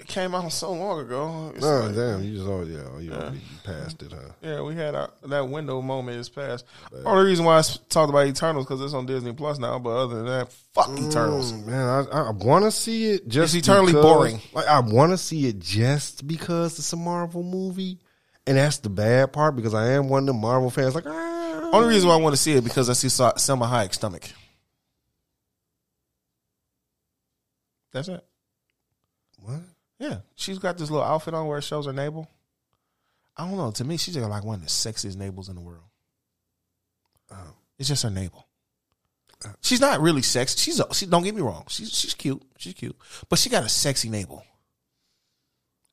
A: It came out so long ago. It's
B: Oh
A: like-
B: damn, you just already, yeah, oh, you already passed it, huh?
A: yeah, we had our, that window moment is past. Only reason why I s- talked about Eternals because it's on Disney Plus now. But other than that, fuck Eternals.
B: Mm, man, I, I want to see it. Just
A: It's eternally
B: because-
A: boring.
B: Like I want to see it just because it's a Marvel movie, and that's the bad part because I am one of the Marvel fans. Like, ah.
A: Only reason why I want to see it because I see Sa- Selma Hayek's stomach. That's it.
B: what?
A: Yeah, she's got this little outfit on where it shows her navel. I don't know. To me, she's just like one of the sexiest navels in the world.
B: Oh.
A: It's just her navel.
B: Uh.
A: She's not really sexy. She's a, she. Don't get me wrong. She's she's cute. She's cute, but she got a sexy navel.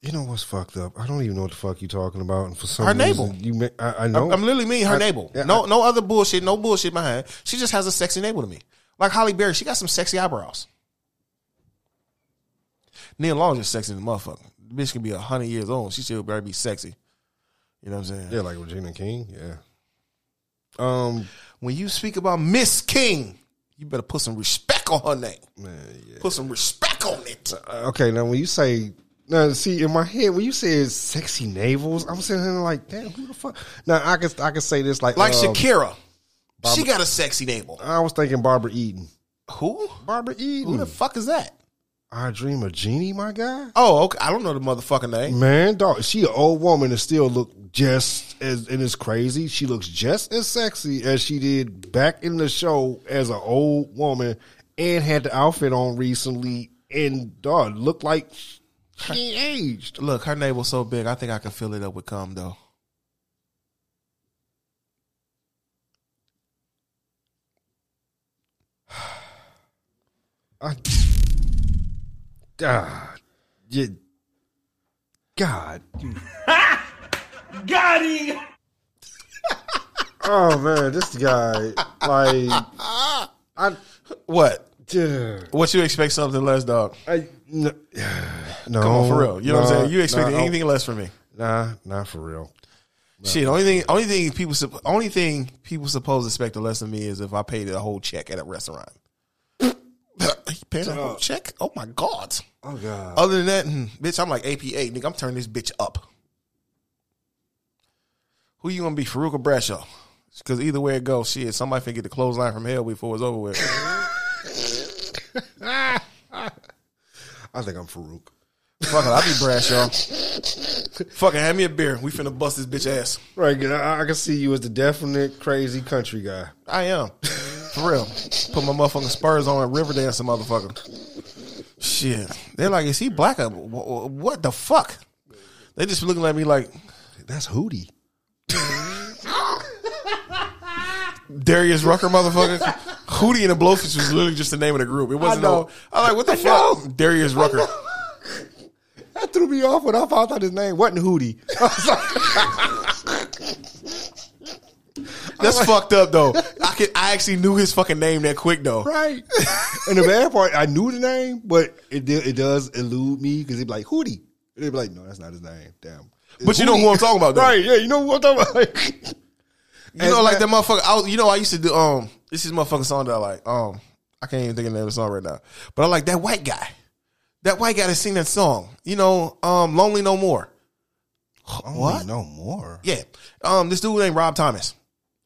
B: You know what's fucked up? I don't even know what the fuck you talking about. And for some
A: Her
B: reason,
A: navel.
B: you may, I, I know.
A: I'm, I'm literally mean her
B: Oh. I-
A: navel.
B: yeah,
A: no
B: I-
A: no other bullshit. No bullshit behind. She just has a sexy navel to me. Like Holly Berry, she got some sexy eyebrows. Neil Long just sexy as a motherfucker. The bitch can be hundred years old. She still better be sexy. You know what I'm saying?
B: yeah, like Regina King. Yeah. Um,
A: When you speak about Miss King, you better put some respect on her name.
B: man, yeah. Uh,
A: Put some respect on it.
B: Okay, now when you say now, see in my head when you say sexy navels, I'm sitting here like, damn, who the fuck? Now I could I could say this like
A: Like
B: um,
A: Shakira, she got a sexy navel.
B: I was thinking Barbara Eden.
A: Who?
B: Barbara
A: Who
B: Eden.
A: the fuck is that?
B: I dream of Jeannie, my guy.
A: Oh, okay. I don't know the motherfucking name.
B: Man, dog, she an old woman and still look just as and it's crazy. She looks just as sexy as she did back in the show as an old woman and had the outfit on recently and dog looked like she aged.
A: Look, her navel's so big, I think I can fill it up with cum though.
B: I, ah, you, God, you-
D: Got him!
B: oh man, this guy, like, I,
A: What?
B: dude.
A: What you expect something less, dog?
B: I, no, no,
A: Come on, for real. You know what I'm
B: nah,
A: saying? You expected
B: nah, I-
A: anything less from me?
B: Nah, not for real.
A: Shit. Only thing, only thing people, sup- only thing people supposed to expect less than me is if I paid a whole check at a restaurant. he paid a whole check? Oh my god.
B: Oh God.
A: Other than that, mm, bitch, I'm like APA, nigga. I'm turning this bitch up. Who you gonna be, Farouk or Bradshaw? Because either way it goes, shit, somebody finna get the clothesline from hell before it's over with.
B: I think I'm Farouk.
A: Fuck it, I'll be Bradshaw. Fuck it, hand me a beer. We finna bust this bitch ass.
B: Right, I, I can see you as the definite crazy country guy.
A: I am. For real. Put my motherfucking spurs on and river dance a motherfucker. Shit. They're like, is he black? Or, wh- wh- what the fuck? They just looking at me like,
B: That's Hootie.
A: Darius Rucker, motherfucker. Hootie and the Blowfish was literally just the name of the group. It wasn't. I
B: know.
A: No, I like what the fuck, Darius Rucker.
B: That threw me off when I found out his name wasn't Hootie. I was like,
A: That's fucked up though. I could, I actually knew his fucking name that quick though.
B: right. and the bad part, I knew the name, but it did- it does elude me because they'd be like Hootie. And they'd be like, no, that's not his name. Damn. It's
A: But you know
B: Hootie.
A: who I'm talking about, though.
B: right? Yeah, you know who I'm talking about. Like,
A: You know, like that motherfucker. I was, you know, I used to do. Um, this is motherfucking song that I like. Um, I can't even think of the name of the song right now. But I like that white guy. That white guy that sing that song. You know, um, lonely no more. What?
B: No more.
A: Yeah. Um, this dude named Rob Thomas.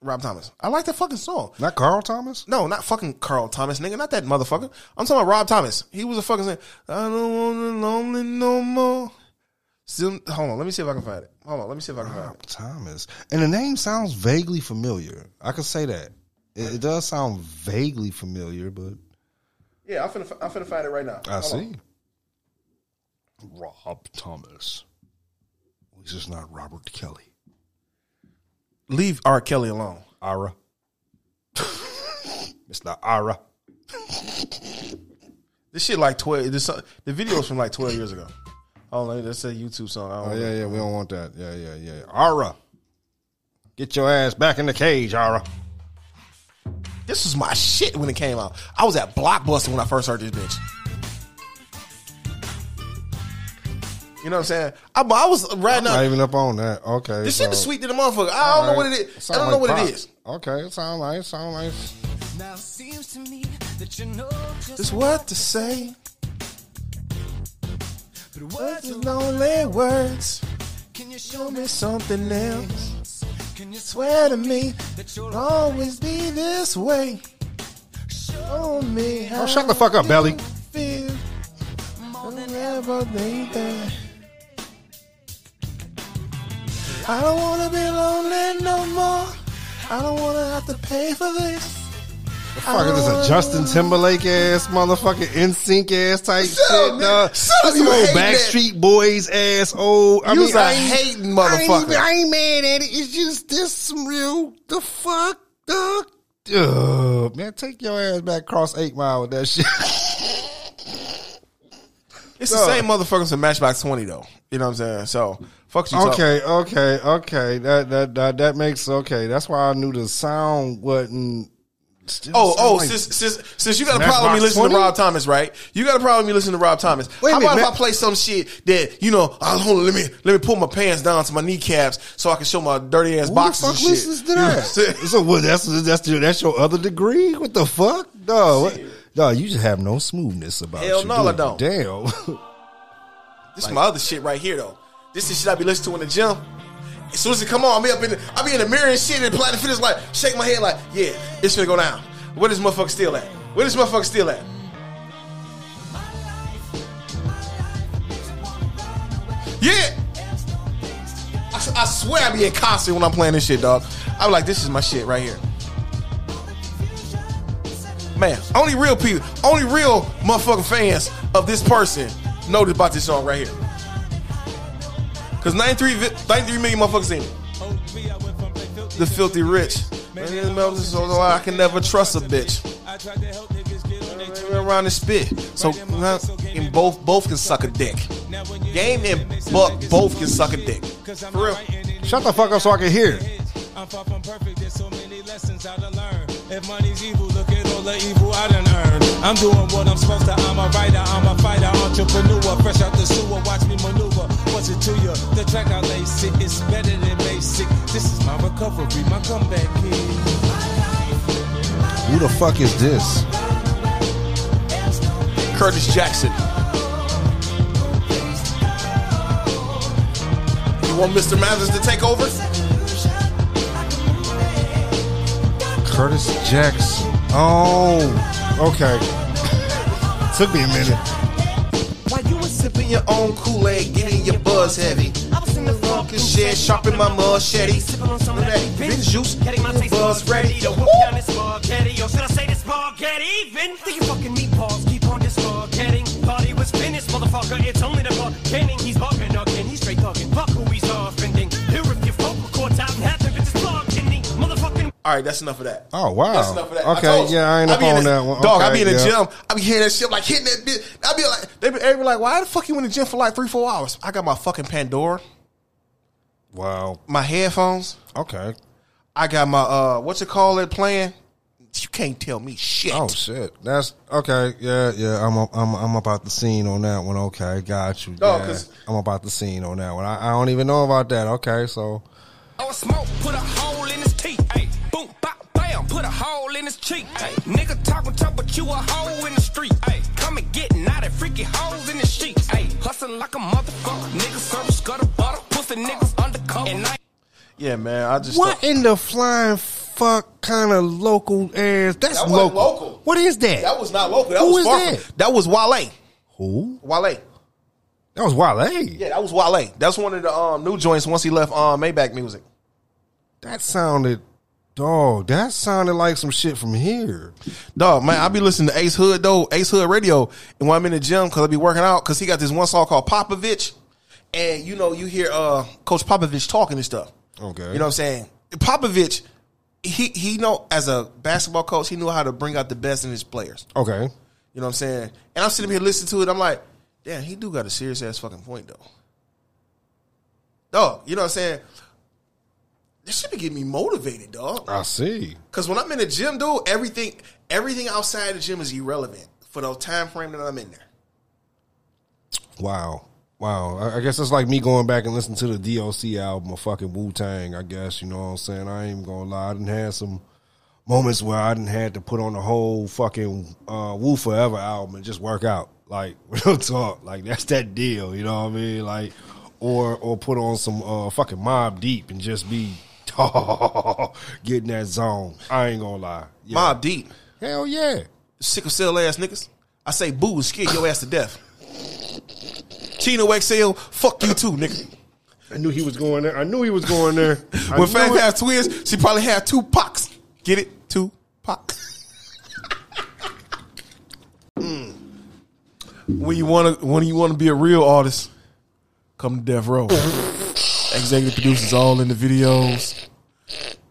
A: Rob Thomas. I like that fucking song.
B: Not Carl Thomas.
A: No, not fucking Carl Thomas, nigga. Not that motherfucker. I'm talking about Rob Thomas. He was a fucking saying, I don't wanna lonely no more. Still, hold on, let me see if I can find it. Hold on, let me see if I can find it.
B: Thomas, and the name sounds vaguely familiar. I can say that it, it does sound vaguely familiar, but
A: Yeah, I'm finna, I'm finna find it right now.
B: I see. Rob Thomas. At least it's not Robert Kelly.
A: Leave R. Kelly alone.
B: Ira. Mr. Ira.
A: This shit like 12, this, uh, the video's from like 12 years ago. Hold on, that's a YouTube song. I don't
B: Oh
A: know.
B: yeah, yeah. We don't want that. Yeah, yeah, yeah. Ira. Get your ass back in the cage, Ara.
A: This was my shit when it came out. I was at Blockbuster when I first heard this bitch. You know what I'm saying? I, I was riding
B: Not
A: up.
B: even up on that. Okay.
A: This
B: so-
A: shit is sweet to the motherfucker. I don't know what it is. I
B: Sound
A: don't know
B: like
A: what
B: pop.
A: it is.
B: Okay, it sound like it sound like
G: Now it seems to me that you know just
A: It's what to say.
G: through
A: Words
G: words.
A: is lonely words.
G: Can you
A: Show
G: show me?
A: me something else.
G: Can you
A: Swear to me,
G: that
A: it'll
G: you'll
A: always be this way.
G: show
A: Show me how
B: Oh, shut the fuck up, Belly.
A: feel.
G: more
A: Don't
G: than
A: ever think that. I don't wanna be lonely no more. I don't wanna have to pay for this.
B: the fuck is this a Justin Timberlake ass motherfucking NSYNC ass type
A: Shut up,
B: shit,
A: nigga.
B: dog.
A: Shut up,
B: This
A: you
B: old
A: hating
B: Backstreet Boys ass old. I
A: You
B: mean,
A: a
B: I ain't-
A: hating
B: I ain't even-
A: motherfucker.
B: I ain't mad at it. It's just this some real the fuck the Ugh, man, take your ass back cross eight mile with that shit.
A: It's the same motherfuckers from Matchbox Twenty though. You know what I'm saying? So fuck you. talking.
B: Okay, okay, okay. That that that that makes okay. That's why I knew the sound wasn't. still
A: Oh,
B: sound
A: oh,
B: like-
A: since, since since you got a
B: Matchbox
A: problem, me listening to
B: 20?
A: Rob Thomas, right? You got a problem, me listening to Rob Thomas.
B: Wait a
A: How
B: minute,
A: about if
B: Ma-
A: I play some shit that you know? I'll hold on, let me let me pull my pants down to my kneecaps so I can show my dirty ass
B: Who
A: boxes
B: the fuck
A: and shit.
B: listens to
A: You know what I'm
B: that?
A: saying?
B: so what? That's that's your, that's your other degree? What the fuck? No, what- no, you just have no smoothness about
A: Hell
B: you.
A: no, I
B: do you? Damn.
A: This is my other shit right here though. This is shit I be listening to in the gym. As soon as it come on, I be up in the, I be in the mirror and shit and Platinum Fitness like shake my head like yeah, it's gonna go down. Where this motherfucker still at? Where this motherfucker still at? Yeah. I, s- I swear I be in concert when I'm playing this shit, dog. I'm like, this is my shit right here. Man, only real people, only real motherfucking fans of this person know about this song right here. Cause 93, vi- 93 million motherfuckers in it. The filthy rich. Man, these motherfuckers is so low, I can never trust a bitch. Around the spit, so uh, in both both can suck a dick. Game and Buck both can suck a dick. For real.
B: Shut the fuck up so I can hear. it.
H: I'm far from perfect. There's so many lessons I done learned. If money's evil, look at all the evil I done earned. I'm doing what I'm supposed to. I'm a writer. I'm a fighter. Entrepreneur. Fresh out the sewer. Watch me maneuver. What's it to you? The track I lay sick is better than basic. This is my recovery. My comeback kid.
B: Who the fuck is this?
A: Curtis Jackson. You want Mr. Mathers to take over?
B: Curtis Jackson. Oh, okay. Took me a minute.
A: While you were sipping your own Kool Aid, getting your buzz heavy. I was in the fucking shed, sharpening my machete.
G: Sipping on some of that
A: bitch juice,
G: Getting my taste
A: buzz
G: buds
A: ready
G: ready to whoop down this spaghetti. Or should I say this spaghetti even? Think you fucking meatballs keep on this spaghetti. Thought he was finished, motherfucker. It's only the bargaining. He's barking again. He's straight talking. Fuck who he's offending. Here if your vocal cords out and have them, it's bargaining. Motherfucking.
A: All right, that's enough of that.
B: Oh, wow.
A: That's enough of that.
B: Okay,
A: told you.
B: yeah, I ain't up
A: be in
B: on
A: the-
B: that one.
A: Dog, I
B: Okay,
A: be in the
B: yeah.
A: gym. I be hearing that shit like hitting that bitch. I be like, they be, they be like, why the fuck you in the gym for like three, four hours? I got my fucking Pandora,
B: Wow.
A: my headphones.
B: Okay.
A: I got my uh, what you call it playing. You can't tell me shit.
B: Oh shit. That's okay. Yeah, yeah. I'm I'm I'm about the scene on that one. Okay, got you.
A: No,
B: yeah.
A: 'cause-
B: I'm about the scene on that one. I, I don't even know about that. Okay, so
G: Oh, smoke, put a hole in his teeth. Ay, boom, bop, bam, put a hole in his cheek. Ay, nigga talking tough, but you a hoe in the street. Ay, come and get knotted, freaky hoes in the sheets. Ay, hustling like a motherfucker. Nigga service, gutter butter, pussy niggas undercover. And I
A: Yeah, man. I just
B: What in the flying fuck kind of local ass? That's
A: That wasn't
B: local.
A: local.
B: What is that?
A: That was not local. That
B: Who
A: was
B: is
A: far
B: that?
A: From, that was Wale.
B: who?
A: Wale.
B: That was Wale.
A: Yeah, that was Wale. That's one of the um, new joints once he left um, Maybach Music.
B: That sounded, dog. That sounded like some shit from here.
A: Dog, man, I be listening to Ace Hood though, Ace Hood Radio, and when I'm in the gym because I be working out because he got this one song called Popovich, and you know you hear uh, Coach Popovich talking and stuff.
B: Okay.
A: you know what I'm saying. Popovich, he he know as a basketball coach, he knew how to bring out the best in his players.
B: Okay.
A: You know what I'm saying? And I'm sitting here listening to it. I'm like, damn, he do got a serious ass fucking point though. Dog, you know what I'm saying? This should be getting me motivated, dog.
B: I see.
A: Because when I'm in the gym, dude, everything everything outside the gym is irrelevant for the time frame that I'm in there.
B: Wow. Wow. I, I guess it's like me going back and listening to the DOC album of fucking Wu Tang, I guess, you know what I'm saying? I ain't even gonna lie. I didn't have some moments where I didn't had to put on the whole fucking uh Wu Forever album and just work out. Like real talk. Like that's that deal, you know what I mean? Like or or put on some uh fucking mob deep and just be get in that zone. I ain't gonna lie. Yeah.
A: Mob deep,
B: Hell yeah.
A: sickle cell ass niggas. I say boo and scared your ass to death. Chino XL, fuck you too, nigga.
B: I knew he was going there. I knew he was going there. I
A: When
B: knew
A: Fab
B: it.
A: have twins, she probably had two pox. Get it? Two pox. When you wanna when you wanna be a real artist, come to Death Row. Executive producers all in the videos,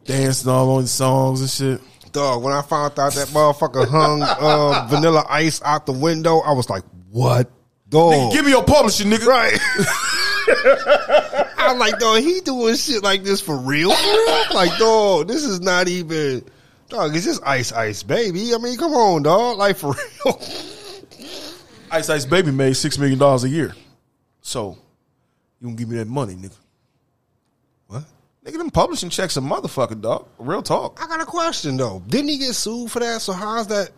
A: dancing all on the songs and shit.
B: Dog, when I found out that motherfucker hung uh, vanilla ice out the window, I was like, what? Dog.
A: Nigga, give me your publishing, nigga.
B: right. I'm like, dog, he doing shit like this for real? For real? Like, dog, this is not even. Dog, is this ice ice, baby? I mean, come on, dog. Like, for real.
A: Ice Ice Baby made six million dollars a year. So you gonna give me that money, nigga.
B: What?
A: Nigga, them publishing checks a motherfucker, dog. Real talk.
B: I got a question, though. Didn't he get sued for that? So, how's that?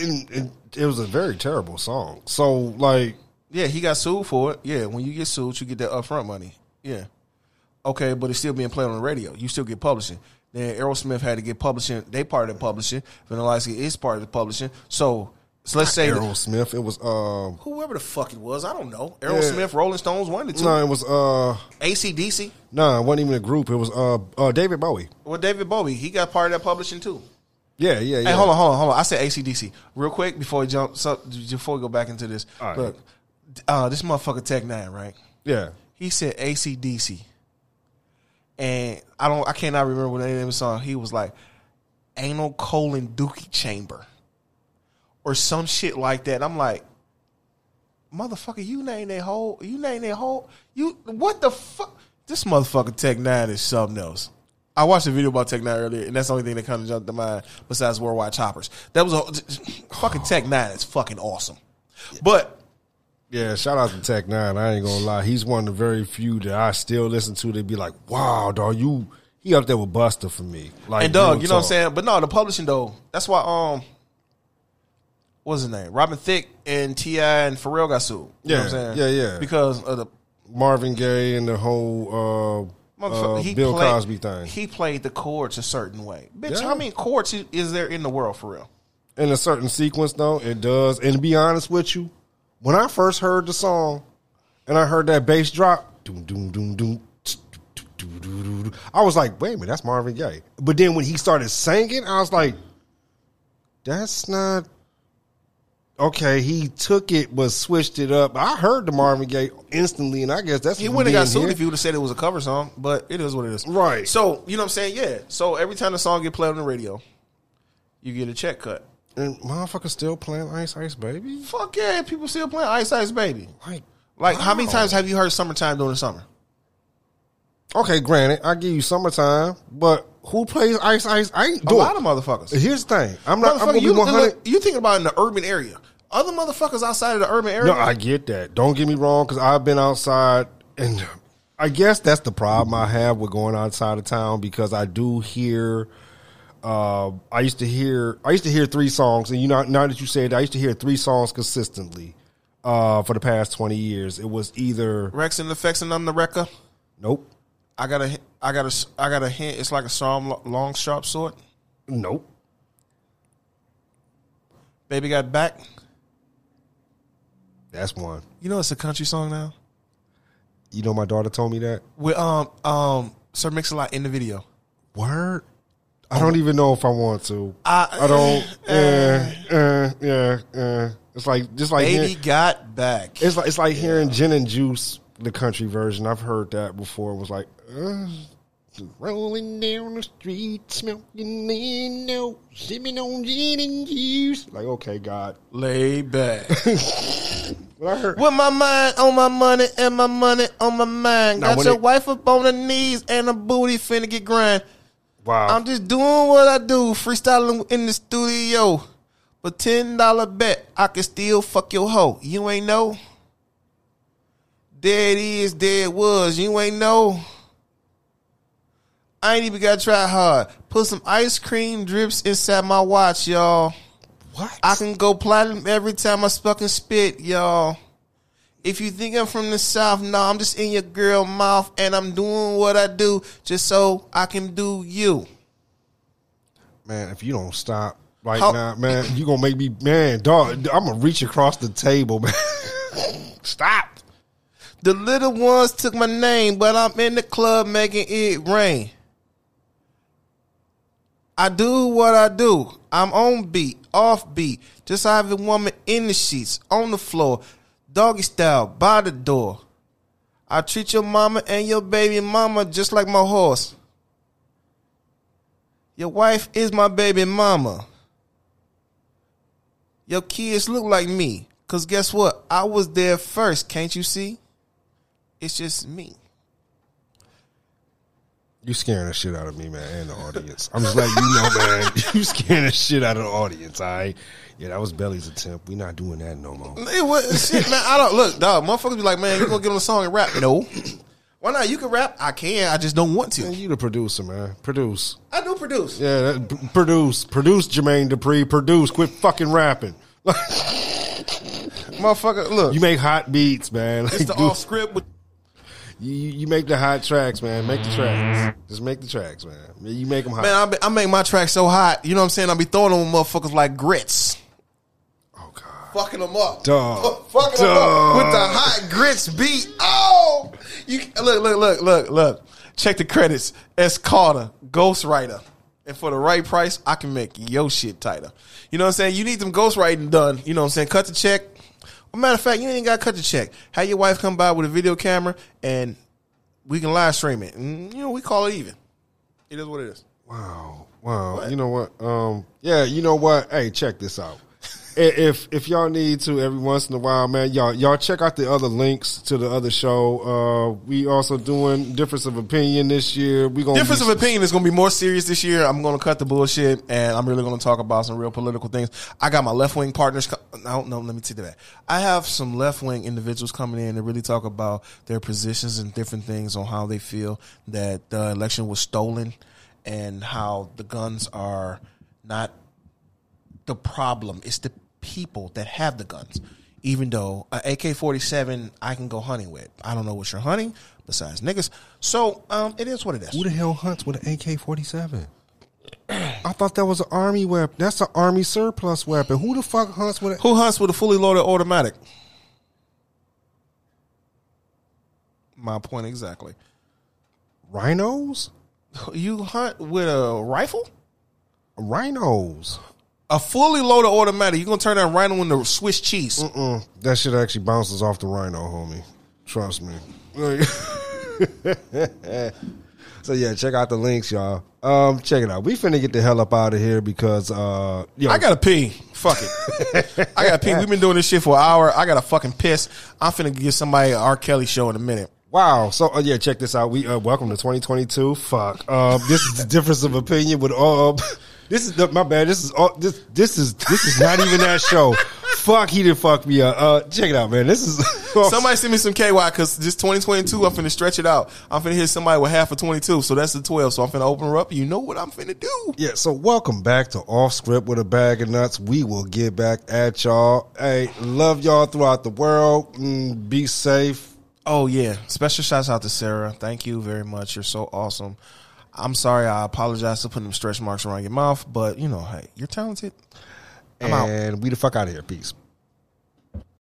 B: And, and it was a very terrible song. So, like,
A: Yeah, he got sued for it. Yeah, when you get sued, you get that upfront money. Yeah. Okay, but it's still being played on the radio. You still get publishing. Then Aerosmith had to get publishing. They part of the publishing. Vanilla Ice is part of the publishing. So, so let's say that-
B: Aerosmith, it was, um,
A: whoever the fuck it was, I don't know. Aerosmith, Rolling Stones, one of the two.
B: no, it was, uh,
A: ACDC.
B: No, it wasn't even a group. It was uh, uh David Bowie.
A: Well, David Bowie, he got part of that publishing too.
B: Yeah, yeah, yeah.
A: Hey, hold on, hold on, hold on. I said ACDC. Real quick before we jump, so, before we go back into this.
B: All right.
A: Look, uh, this motherfucker Tech Nine, right?
B: Yeah.
A: He said ACDC. And I don't, I cannot remember what the name of the song. He was like, anal colon dookie chamber or some shit like that. And I'm like, motherfucker, you name that whole, you name that whole, you, what the fuck? This motherfucker Tech Nine is something else. I watched a video about Tech Nine earlier, and that's the only thing that kind of jumped to mind besides Worldwide Choppers. That was a fucking Tech Nine is fucking awesome. But
B: Yeah, shout out to Tech Nine. I ain't gonna lie. He's one of the very few that I still listen to. They be like, wow, dog, you he up there with Buster for me. Like
A: and Doug,
B: real
A: you know what I'm
B: talk.
A: saying? But no, the publishing though, that's why um what's his name? Robin Thicke and T.I. and Pharrell got sued. You know what
B: Yeah,
A: I'm saying?
B: yeah, Uh, yeah.
A: Because of the
B: Marvin Gaye and the whole uh,
A: motherfucker
B: uh,
A: he
B: Bill
A: played,
B: Cosby thing.
A: He played the chords a certain way. Bitch,
B: Yeah.
A: how many chords i- is there in the world for real?
B: in a certain sequence though it does and to be honest with you when i first heard the song and i heard that bass drop doom, doom, doom, doom, tsk, doo, doo, doo, doo, doo, doo, i was like wait a minute that's marvin gaye but then when he started singing i was like that's not okay he took it but switched it up i heard the marvin gaye instantly and i guess that's
A: He
B: from
A: wouldn't have got
B: being
A: sued
B: here.
A: if he would have said it was a cover song, but it is what it is.
B: Right.
A: So, you know what I'm saying? Yeah. So every time the song get played on the radio, you get a check cut.
B: and motherfucker still playing ice ice baby
A: Fuck yeah, people still playing Ice Ice Baby.
B: like
A: Like, how many
B: wow.
A: times have you heard Summertime during the summer?
B: Okay, granted, I give you summertime, but who plays ice ice? I ain't
A: A
B: do
A: lot
B: it.
A: of motherfuckers.
B: Here's the thing. I'm not. I'm
A: Motherfucker,
B: gonna be
A: you,
B: 100.
A: look, you thinking about in the urban area. Other motherfuckers outside of the urban area.
B: No, I get that. Don't get me wrong, because I've been outside, and I guess that's the problem I have with going outside of town because I do hear. Uh, I used to hear. I used to hear three songs, and you know, now that you said, I used to hear three songs consistently uh, for the past 20 years. It was either
A: Rex and the Fex and I'm the Wrecker.
B: nope,
A: I got a, I got a, I got a hint. It's like a strong, long, sharp sword.
B: nope,
A: Baby got back.
B: that's one.
A: You know it's a country song now.
B: You know, my daughter told me that.
A: With um um Sir Mix a Lot in the video.
B: Word. I don't even know if I want to.
A: I-
B: I, don't. Yeah, uh, yeah, uh. It's like just like
A: Baby
B: hear-
A: got back.
B: it's like it's like hearing gin and juice, the country version. I've heard that before. It was like uh, rolling down the street, smoking in no, sipping on gin and juice. Like okay, God,
A: Lay back.
B: But I heard
A: With my mind on my money and my money on my mind.
B: Now,
A: Got
B: when
A: your
B: it-
A: wife up on her knees and a booty finna get grind.
B: wow.
A: I'm just doing what I do, freestyling in the studio. But ten dollar bet, I can still fuck your hoe. You ain't know. There it is, there it was. You ain't know. I ain't even gotta try hard. Put some ice cream drips inside my watch, y'all.
B: what?
A: I can go platinum every time I fucking spit, y'all. If you think I'm from the south, no, I'm just in your girl mouth and I'm doing what I do just so I can do you.
B: man, if you don't stop right
A: How-
B: now, man, you gonna make me man, dog. I'm gonna reach across the table, man. stop.
A: The little ones took my name, but I'm in the club making it rain. I do what I do. I'm on beat, off beat. Just having a woman in the sheets, on the floor, doggy style, by the door. I treat your mama and your baby mama just like my horse. Your wife is my baby mama. Your kids look like me. Cause guess what? I was there first, can't you see? It's just me.
B: You scaring the shit out of me, man, and the audience. I'm just letting you know, man. You scaring the shit out of the audience. All right. Yeah, that was Belly's attempt. We not doing that no more.
A: It was shit, man. I don't look, dog. Motherfuckers be like, man, you gonna get on a song and rap? No. Why not? You can rap. I can. I just don't want
B: Man,
A: to.
B: you the producer, man. Produce.
A: I do produce.
B: Yeah, that, p- produce. Produce Jermaine Dupree. Produce. Quit fucking rapping.
A: Motherfucker, look.
B: You make hot beats, man. Like,
A: it's the
B: do-
A: off script with
B: you, you make the hot tracks, man. Make the tracks. Just make the tracks, man. You make them hot.
A: man, I, be, I make my track so hot, you know what I'm saying? I be throwing them motherfuckers like grits.
B: oh, God.
A: Fucking them up.
B: Dog.
A: Fucking them up
B: Dog.
A: with the hot grits beat. Oh you look, look, look, look, look. Check the credits. S Carter, Ghostwriter. And for the right price, I can make your shit tighter. You know what I'm saying? You need them ghostwriting done. You know what I'm saying? Cut the check. Well, matter of fact, you ain't got to cut the check. Have your wife come by with a video camera and we can live stream it. And, you know, we call it even. It is what it is.
B: Wow. Wow. You know what? Um yeah, you know what? Hey, check this out. I- if if y'all need to every once in a while, man, y'all y'all check out the other links to the other show. Uh we also doing difference of opinion this year. We going
A: Difference of opinion is going to be more serious this year. I'm going to cut the bullshit, and I'm really going to talk about some real political things. I got my left wing partners. co- No, no, let me take that. back. I have some left wing individuals coming in to really talk about their positions and different things on how they feel that the election was stolen and how the guns are not the problem. It's the people that have the guns. Even though a AK forty seven, I can go hunting with. I don't know what you're hunting besides niggas. So um, it is what it is.
B: Who the hell hunts with an AK forty seven? I thought that was an army weapon. That's an army surplus weapon. Who the fuck hunts with a
A: Who hunts with a fully loaded automatic? My point exactly.
B: rhinos?
A: You hunt with a rifle?
B: Rhinos.
A: A fully loaded automatic. You're gonna turn that rhino into Swiss cheese.
B: Mm, that shit actually bounces off the rhino, homie. Trust me. Like- so yeah, check out the links, y'all. Um, check it out. We finna get the hell up out of here because uh, yo,
A: I gotta pee. Fuck it. I gotta pee. We've been doing this shit for an hour. I gotta fucking piss. I'm finna give somebody an R. Kelly show in a minute.
B: wow. So uh, yeah, check this out. We uh, welcome to 2022. Fuck. Um, this is the difference of opinion with all. um, this is the, my bad. This is all. This this is this is not even that show. Fuck, he didn't fuck me up. Uh, check it out, man. This is
A: Somebody send me some KY because this 2022, I'm finna stretch it out. I'm finna hit somebody with half a 22, so that's the 12. So I'm finna open her up. You know what I'm finna do.
B: Yeah, so welcome back to Off Script with a Bag of Nuts. We will get back at y'all. Hey, love y'all throughout the world. Mm, be safe.
A: Oh yeah! Special shouts out to Sarah. Thank you very much. You're so awesome. I'm sorry. I apologize for putting them stretch marks around your mouth, but you know, hey, you're talented. I'm out.
B: and we the fuck out of here. Peace.